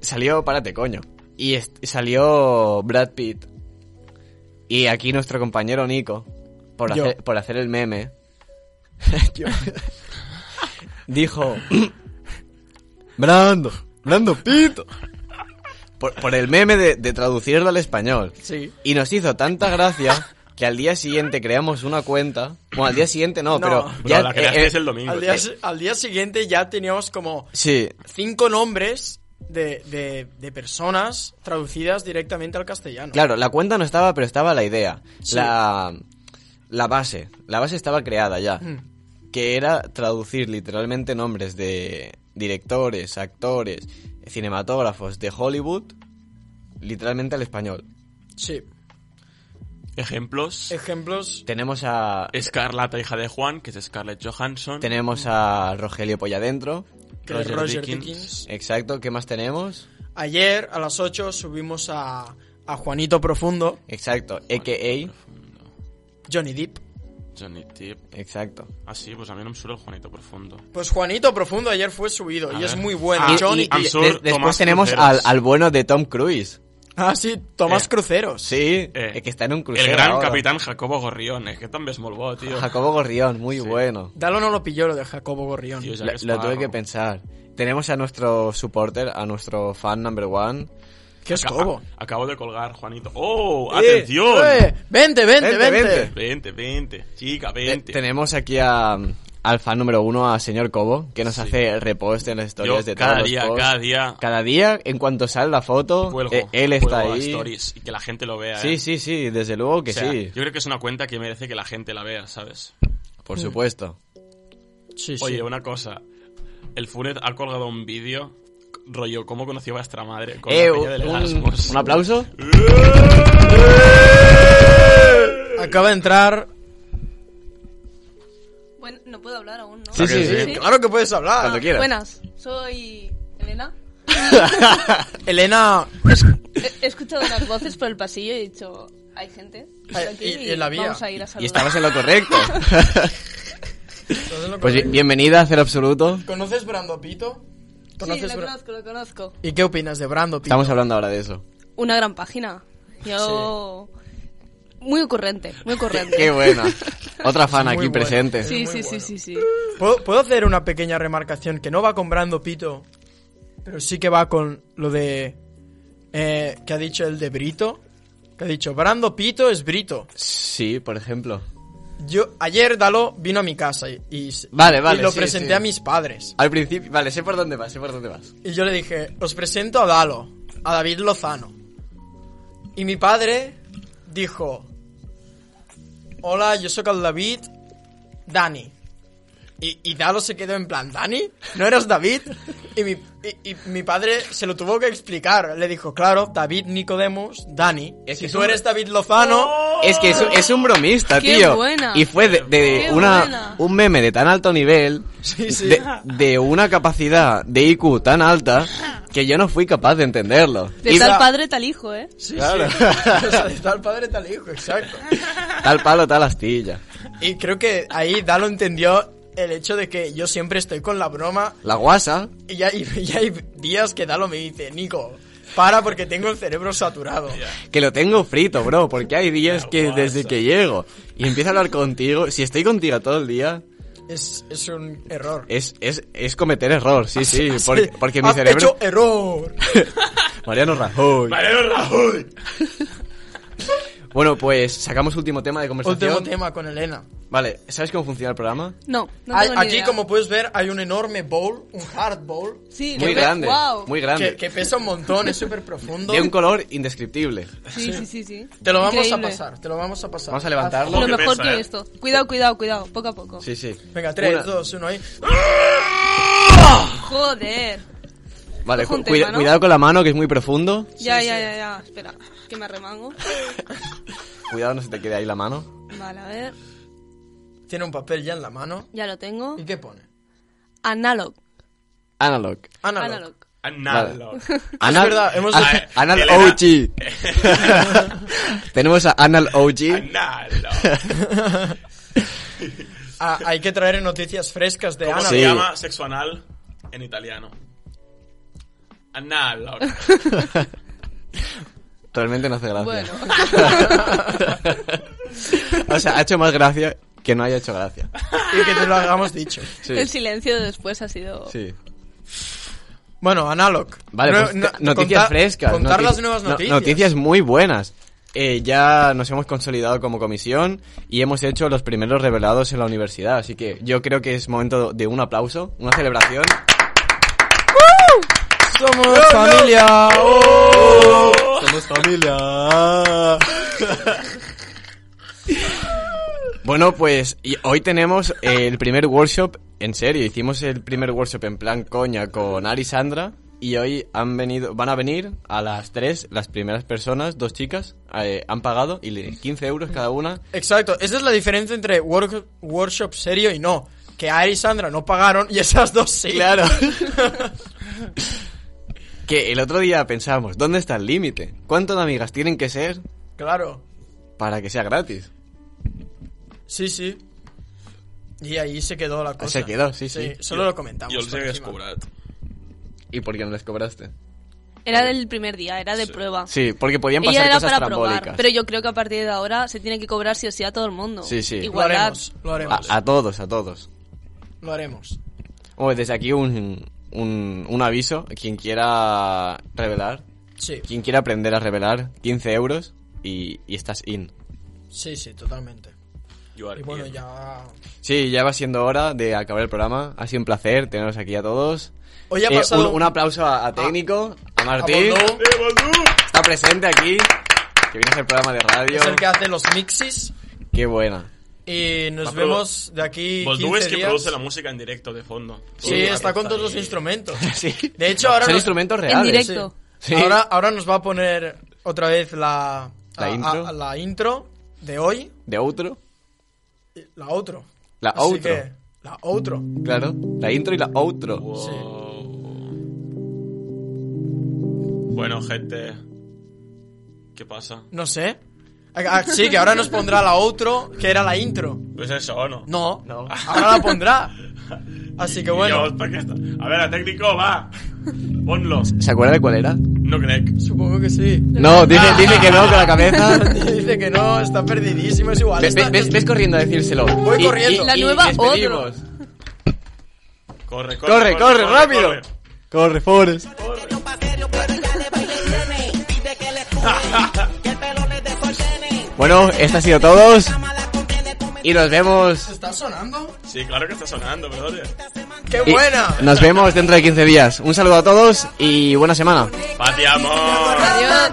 Speaker 1: salió, párate, coño. Y est- salió Brad Pitt. Y aquí nuestro compañero Nico, por,
Speaker 2: Yo.
Speaker 1: hacer, por hacer el meme, dijo... Brando, Brando Pito. Por, por el meme de, de traducirlo al español.
Speaker 2: Sí.
Speaker 1: Y nos hizo tanta gracia que al día siguiente creamos una cuenta. Bueno, al día siguiente no,
Speaker 2: No.
Speaker 1: pero...
Speaker 3: Bro, la
Speaker 1: eh,
Speaker 3: creaste es el domingo.
Speaker 2: Al día,
Speaker 3: tío.
Speaker 2: si- al día siguiente ya teníamos como
Speaker 1: Sí,
Speaker 2: cinco nombres de, de, de personas traducidas directamente al castellano.
Speaker 1: Claro, la cuenta no estaba, pero estaba la idea.
Speaker 2: Sí.
Speaker 1: La, la base. La base estaba creada ya.
Speaker 2: Mm.
Speaker 1: Que era traducir literalmente nombres de directores, actores, cinematógrafos de Hollywood literalmente al español.
Speaker 2: Sí.
Speaker 3: Ejemplos.
Speaker 2: Ejemplos.
Speaker 1: Tenemos a.
Speaker 3: Escarlata, hija de Juan, que es Scarlett Johansson.
Speaker 1: Tenemos a Rogelio Polladentro.
Speaker 2: que es
Speaker 3: Roger
Speaker 2: Roger
Speaker 3: Dickens.
Speaker 2: Dickens.
Speaker 1: Exacto, ¿qué más tenemos?
Speaker 2: Ayer a las 8 subimos a, a Juanito Profundo,
Speaker 1: Exacto, a.k.a.
Speaker 2: Johnny Depp.
Speaker 3: Johnny Depp.
Speaker 1: Exacto.
Speaker 3: Así, pues a mí no me suena el Juanito Profundo.
Speaker 2: Pues Juanito Profundo ayer fue subido
Speaker 3: A
Speaker 2: y
Speaker 3: ver.
Speaker 2: es muy bueno.
Speaker 3: Ah,
Speaker 2: Johnny
Speaker 3: y-
Speaker 2: Depp.
Speaker 3: I'm sorry. Sur,
Speaker 1: después
Speaker 3: Tomás
Speaker 1: tenemos al,
Speaker 3: Cruceros.
Speaker 1: al bueno de Tom Cruise.
Speaker 2: Ah, sí, Tomás
Speaker 3: Eh.
Speaker 2: Cruceros.
Speaker 1: Sí,
Speaker 3: Eh,
Speaker 1: es que está en un crucero.
Speaker 3: El gran
Speaker 1: ahora.
Speaker 3: capitán Jacobo Gorrión, es que también es muy bo, tío.
Speaker 1: Jacobo Gorrión, muy bueno.
Speaker 2: Dalo no lo pilló lo de Jacobo Gorrión.
Speaker 3: Tío, ya
Speaker 1: Lo,
Speaker 3: que es
Speaker 1: lo tuve
Speaker 3: parro.
Speaker 1: que pensar. Tenemos a nuestro supporter, a nuestro fan number one.
Speaker 2: ¿Qué es
Speaker 3: Aca-
Speaker 2: Cobo?
Speaker 3: Acabo de colgar, Juanito. ¡Oh! ¡Atención!
Speaker 2: Eh, vente, vente,
Speaker 1: Vente,
Speaker 2: vente,
Speaker 1: vente.
Speaker 3: 20, 20. Chica,
Speaker 1: Te- Eh,
Speaker 3: 20.
Speaker 1: tenemos aquí a, al fan número uno, a señor Cobo, que nos hace repost en las historias
Speaker 3: Yo
Speaker 1: de todos
Speaker 3: cada
Speaker 1: los
Speaker 3: día,
Speaker 1: posts.
Speaker 3: cada día.
Speaker 1: Cada día, en cuanto sale la foto,
Speaker 3: Cuelgo,
Speaker 1: eh, él está
Speaker 3: cuelgo
Speaker 1: ahí.
Speaker 3: stories y que la gente lo vea.
Speaker 1: Sí,
Speaker 3: eh.
Speaker 1: sí, sí, desde luego que
Speaker 3: O sea,
Speaker 1: sí,
Speaker 3: Yo creo que es una cuenta que merece que la gente la vea, ¿sabes?
Speaker 2: Mm.
Speaker 1: por supuesto.
Speaker 2: Sí, sí.
Speaker 3: Oye, una cosa. El Funet ha colgado un vídeo, rollo, ¿cómo conoció a vuestra madre? Con
Speaker 1: Eh,
Speaker 3: la peña del
Speaker 1: un-
Speaker 3: Erasmus.
Speaker 1: un aplauso.
Speaker 2: Acaba de entrar.
Speaker 6: Bueno, no puedo hablar aún, ¿no?
Speaker 1: Sí, sí, sí.
Speaker 2: Claro que puedes
Speaker 1: Cuando
Speaker 2: hablar.
Speaker 1: quieras.
Speaker 6: Buenas, soy Elena.
Speaker 2: Elena.
Speaker 6: He, he escuchado unas voces por el pasillo y he dicho, hay gente. por
Speaker 2: Ay,
Speaker 6: aquí
Speaker 2: y- y en la vía.
Speaker 6: Vamos a ir a
Speaker 1: Y
Speaker 6: saludar.
Speaker 1: estabas en lo correcto.
Speaker 2: Entonces no
Speaker 1: Pues
Speaker 2: conoces-
Speaker 1: bien- bienvenida a Cero Absoluto.
Speaker 2: ¿Conoces Brando Pito?
Speaker 6: Sí, lo
Speaker 2: Bra-
Speaker 6: conozco, lo conozco.
Speaker 2: ¿Y qué opinas de Brando Pito?
Speaker 1: Estamos hablando ahora de eso.
Speaker 6: Una gran página. Yo... Muy ocurrente, muy
Speaker 1: Qué,
Speaker 6: ocurrente.
Speaker 1: qué buena. Otra fan
Speaker 2: muy
Speaker 1: aquí
Speaker 2: bueno.
Speaker 1: presente.
Speaker 6: Sí,
Speaker 2: muy
Speaker 6: sí, sí,
Speaker 2: bueno.
Speaker 6: sí, sí.
Speaker 2: ¿Puedo, puedo hacer una pequeña remarcación que no va con Brando Pito, pero sí que va con lo de. eh, que ha dicho el de Brito. Que ha dicho, Brando Pito es Brito.
Speaker 1: Sí, por ejemplo.
Speaker 2: Yo, ayer Dalo vino a mi casa y, y s-
Speaker 1: Vale,
Speaker 2: y
Speaker 1: vale,
Speaker 2: lo
Speaker 1: sí,
Speaker 2: presenté
Speaker 1: sí.
Speaker 2: a mis padres.
Speaker 1: Al principio, vale, sé por dónde vas, sé por dónde vas.
Speaker 2: Y yo le dije, os presento a Dalo, a David Lozano. Y mi padre dijo, hola, yo soy el David, Dani. Y, y Dalo se quedó en plan, ¿Dani? ¿No eras David? Y mi, y- y mi padre se lo tuvo que explicar. Le dijo, claro, David Nicodemus, Dani.
Speaker 1: Es
Speaker 2: si
Speaker 1: que Oh. es
Speaker 2: tú
Speaker 1: un-
Speaker 2: eres David Lozano...
Speaker 1: Es que es, un- es un bromista,
Speaker 6: Oh. Qué
Speaker 1: tío.
Speaker 6: buena.
Speaker 1: Y fue de, de
Speaker 6: Qué
Speaker 1: una,
Speaker 6: buena.
Speaker 1: un meme de tan alto nivel,
Speaker 2: Sí, sí.
Speaker 1: De, de una capacidad de IQ tan alta, que yo no fui capaz de entenderlo.
Speaker 6: De
Speaker 1: Y-
Speaker 6: tal padre, tal hijo, ¿eh?
Speaker 2: Sí,
Speaker 1: Claro.
Speaker 2: sí. O sea, de tal padre, tal hijo, exacto.
Speaker 1: tal palo, tal astilla.
Speaker 2: Y creo que ahí Dalo entendió el hecho de que yo siempre estoy con la broma
Speaker 1: La guasa,
Speaker 2: Y ya hay, y hay días que Dalo me dice, Nico, para porque tengo el cerebro saturado.
Speaker 1: que lo tengo frito, bro, porque hay días que desde que llego y empiezo a hablar contigo, si estoy contigo todo el día,
Speaker 2: Es, es un error.
Speaker 1: es, es, es cometer error, sí, Eh, sí,
Speaker 2: Así-
Speaker 1: porque, porque mi
Speaker 2: has
Speaker 1: cerebro...
Speaker 2: Ah, hecho error.
Speaker 1: Mariano Rajoy.
Speaker 3: ¡Mariano Rajoy!
Speaker 1: Bueno, pues sacamos último tema de conversación.
Speaker 2: Último tema con Elena.
Speaker 1: Vale, ¿sabes cómo funciona el programa?
Speaker 6: No, no
Speaker 2: Hay-
Speaker 6: tengo ni
Speaker 2: aquí,
Speaker 6: idea.
Speaker 2: como puedes ver, hay un enorme bowl, un hard bowl,
Speaker 6: Sí,
Speaker 1: Muy
Speaker 6: que-
Speaker 1: grande,
Speaker 6: guau.
Speaker 1: muy
Speaker 2: que,
Speaker 1: grande.
Speaker 2: que pesa un montón, es súper profundo.
Speaker 1: De un color indescriptible.
Speaker 6: Sí, sí, sí, sí.
Speaker 2: Te lo vamos
Speaker 6: Increíble.
Speaker 2: a pasar, te lo vamos a pasar.
Speaker 1: Vamos a levantarlo.
Speaker 6: Lo
Speaker 3: que
Speaker 6: mejor
Speaker 3: pesa,
Speaker 6: que
Speaker 3: ¿eh?
Speaker 6: esto. Cuidado, cuidado, cuidado. Poco a poco.
Speaker 1: Sí, sí.
Speaker 2: Venga, 3,
Speaker 1: Una-
Speaker 2: 2, 1 ahí.
Speaker 6: Joder.
Speaker 1: Vale,
Speaker 6: Cojo un
Speaker 1: cu- cuida-
Speaker 6: tema, ¿no?
Speaker 1: cuidado con la mano que es muy profundo.
Speaker 6: Ya, ya, ya, ya. Espera, que me arremango.
Speaker 1: Cuidado, no se te quede ahí la mano.
Speaker 6: Vale, a ver.
Speaker 2: Tiene un papel ya en la mano.
Speaker 6: Ya lo tengo.
Speaker 2: ¿Y qué pone?
Speaker 6: Analog.
Speaker 1: Analog.
Speaker 2: Analog.
Speaker 6: Analog.
Speaker 3: Nada.
Speaker 1: Anal,
Speaker 2: verdad, hemos-
Speaker 1: An- Anal
Speaker 3: Elena.
Speaker 1: OG. Tenemos a Anal OG.
Speaker 3: Nada.
Speaker 2: Ah, hay que traer noticias frescas de
Speaker 3: ¿Cómo
Speaker 2: Analog.
Speaker 3: se
Speaker 1: Sí.
Speaker 3: llama sexo anal en italiano? Anal.
Speaker 1: Realmente no hace gracia.
Speaker 6: Bueno.
Speaker 1: o sea, ha hecho más gracia que no haya hecho gracia.
Speaker 2: Y que te lo hagamos dicho.
Speaker 1: Sí.
Speaker 6: El silencio de después ha sido...
Speaker 1: sí.
Speaker 2: Bueno, Analog.
Speaker 1: Vale,
Speaker 2: Nue-
Speaker 1: pues,
Speaker 2: no-
Speaker 1: te- noticias
Speaker 2: contar-
Speaker 1: frescas.
Speaker 2: Contar
Speaker 1: noti-
Speaker 2: las nuevas
Speaker 1: no-
Speaker 2: noticias.
Speaker 1: noticias muy buenas. Eh, ya nos hemos consolidado como comisión y hemos hecho los primeros revelados en la universidad. Así que yo creo que es momento de un aplauso, una celebración.
Speaker 2: Somos familia.
Speaker 1: Somos familia. Bueno, pues y hoy tenemos el primer workshop en serio. Hicimos el primer workshop en plan coña con Ari y Sandra y hoy han venido, van a venir a las tres las primeras personas, dos chicas, eh, han pagado y le- 15 euros cada una.
Speaker 2: Exacto, esa es la diferencia entre work- workshop serio y no. Que Ari y Sandra no pagaron y esas dos sí.
Speaker 1: Claro. que el otro día pensamos, ¿dónde está el límite? ¿Cuántas amigas tienen que ser
Speaker 2: Claro.
Speaker 1: para que sea gratis?
Speaker 2: Sí, sí. Y ahí se quedó la cosa.
Speaker 1: Se quedó, sí, sí.
Speaker 2: Solo lo comentamos.
Speaker 3: Jo els
Speaker 2: por
Speaker 3: he
Speaker 2: encima.
Speaker 3: descobrat.
Speaker 1: ¿Y por qué no les cobraste?
Speaker 6: Era del primer día, era de prueba.
Speaker 1: Sí, porque podían pasar
Speaker 6: Ella era
Speaker 1: cosas
Speaker 6: para
Speaker 1: trambólicas.
Speaker 6: probar, pero yo creo que a partir de ahora se tiene que cobrar sí o sí a todo el mundo.
Speaker 1: Sí, sí. Lo
Speaker 2: Lo
Speaker 6: Igualdad.
Speaker 2: haremos, lo haremos.
Speaker 1: A, a todos, a todos. ah.
Speaker 2: Lo haremos.
Speaker 1: Oye, desde aquí un, un, un aviso. Quien quiera revelar,
Speaker 2: Sí,
Speaker 1: quien quiera aprender a revelar, 15 euros y, y estás in.
Speaker 2: sí, sí, totalmente.
Speaker 3: You are
Speaker 2: Y bueno,
Speaker 3: in.
Speaker 2: ya.
Speaker 1: Sí, ya va siendo hora de acabar el programa. Ha sido un placer teneros aquí a todos.
Speaker 2: Hoy ha
Speaker 1: Eh,
Speaker 2: pasado- Ah,
Speaker 1: un, un aplauso a, a técnico, a Martín.
Speaker 2: A Boldou,
Speaker 3: Eh, Baldú!
Speaker 1: está presente aquí, que viene a hacer programa de radio.
Speaker 2: es el que hace los mixes.
Speaker 1: Qué buena.
Speaker 2: Y nos
Speaker 3: Va, pero-
Speaker 2: vemos de aquí.
Speaker 3: Baldú
Speaker 2: 15
Speaker 3: es quien
Speaker 2: días.
Speaker 3: produce la música en directo de fondo.
Speaker 2: Sí, está con todos los instrumentos.
Speaker 1: Sí.
Speaker 2: De hecho, ahora.
Speaker 1: Son
Speaker 2: no-
Speaker 1: instrumentos reales.
Speaker 6: En directo.
Speaker 1: Sí.
Speaker 2: Ahora, ahora nos va a poner otra vez la,
Speaker 1: La
Speaker 2: a- a-
Speaker 1: intro.
Speaker 2: la intro de hoy,
Speaker 1: De outro.
Speaker 2: y la otro.
Speaker 1: La
Speaker 2: Así
Speaker 1: outro.
Speaker 2: que, la otro.
Speaker 1: Claro, la intro y la outro.
Speaker 3: Bueno, gente. ¿Qué pasa?
Speaker 2: No sé.
Speaker 7: Ah, Sí, que ahora nos pondrá la otro, que era la intro.
Speaker 3: Pues eso, ¿o no?
Speaker 7: No,
Speaker 8: No.
Speaker 7: ahora la pondrá. Así que
Speaker 3: Dios,
Speaker 7: bueno,
Speaker 3: ¿para qué está? A ver, a técnico, va. Ponlo.
Speaker 1: ¿Se acuerda de cuál era?
Speaker 3: No crec.
Speaker 7: supongo que sí.
Speaker 1: No, dice, dice que no con la cabeza.
Speaker 7: Dice que no, está perdidísimo, es igual.
Speaker 1: Ve-
Speaker 7: está-
Speaker 1: ve- ves, ves corriendo a decírselo.
Speaker 7: Voy corriendo.
Speaker 6: La nueva
Speaker 1: les
Speaker 6: otro.
Speaker 1: pedimos.
Speaker 3: Corre, corre,
Speaker 1: Corre, corre, rápido.
Speaker 3: corre.
Speaker 1: Corre, Forest. Bueno, esto ha sido todos. Y nos vemos.
Speaker 7: ¿Está sonando?
Speaker 3: Sí, claro que está sonando, brother.
Speaker 7: ¡Qué
Speaker 1: y
Speaker 7: buena!
Speaker 1: Nos vemos dentro de 15 días. Un saludo a todos y buena semana.
Speaker 3: Pateamos.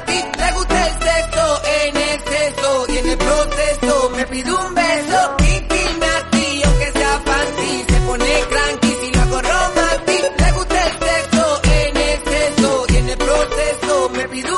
Speaker 2: Le gusta el sexo en exceso y en el proceso me pide un beso. Titi Nati, aunque sea fancy, se pone cranky si lo hago romantic. Le gusta el sexo en exceso y en el proceso me pide un beso.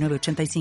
Speaker 5: 906985.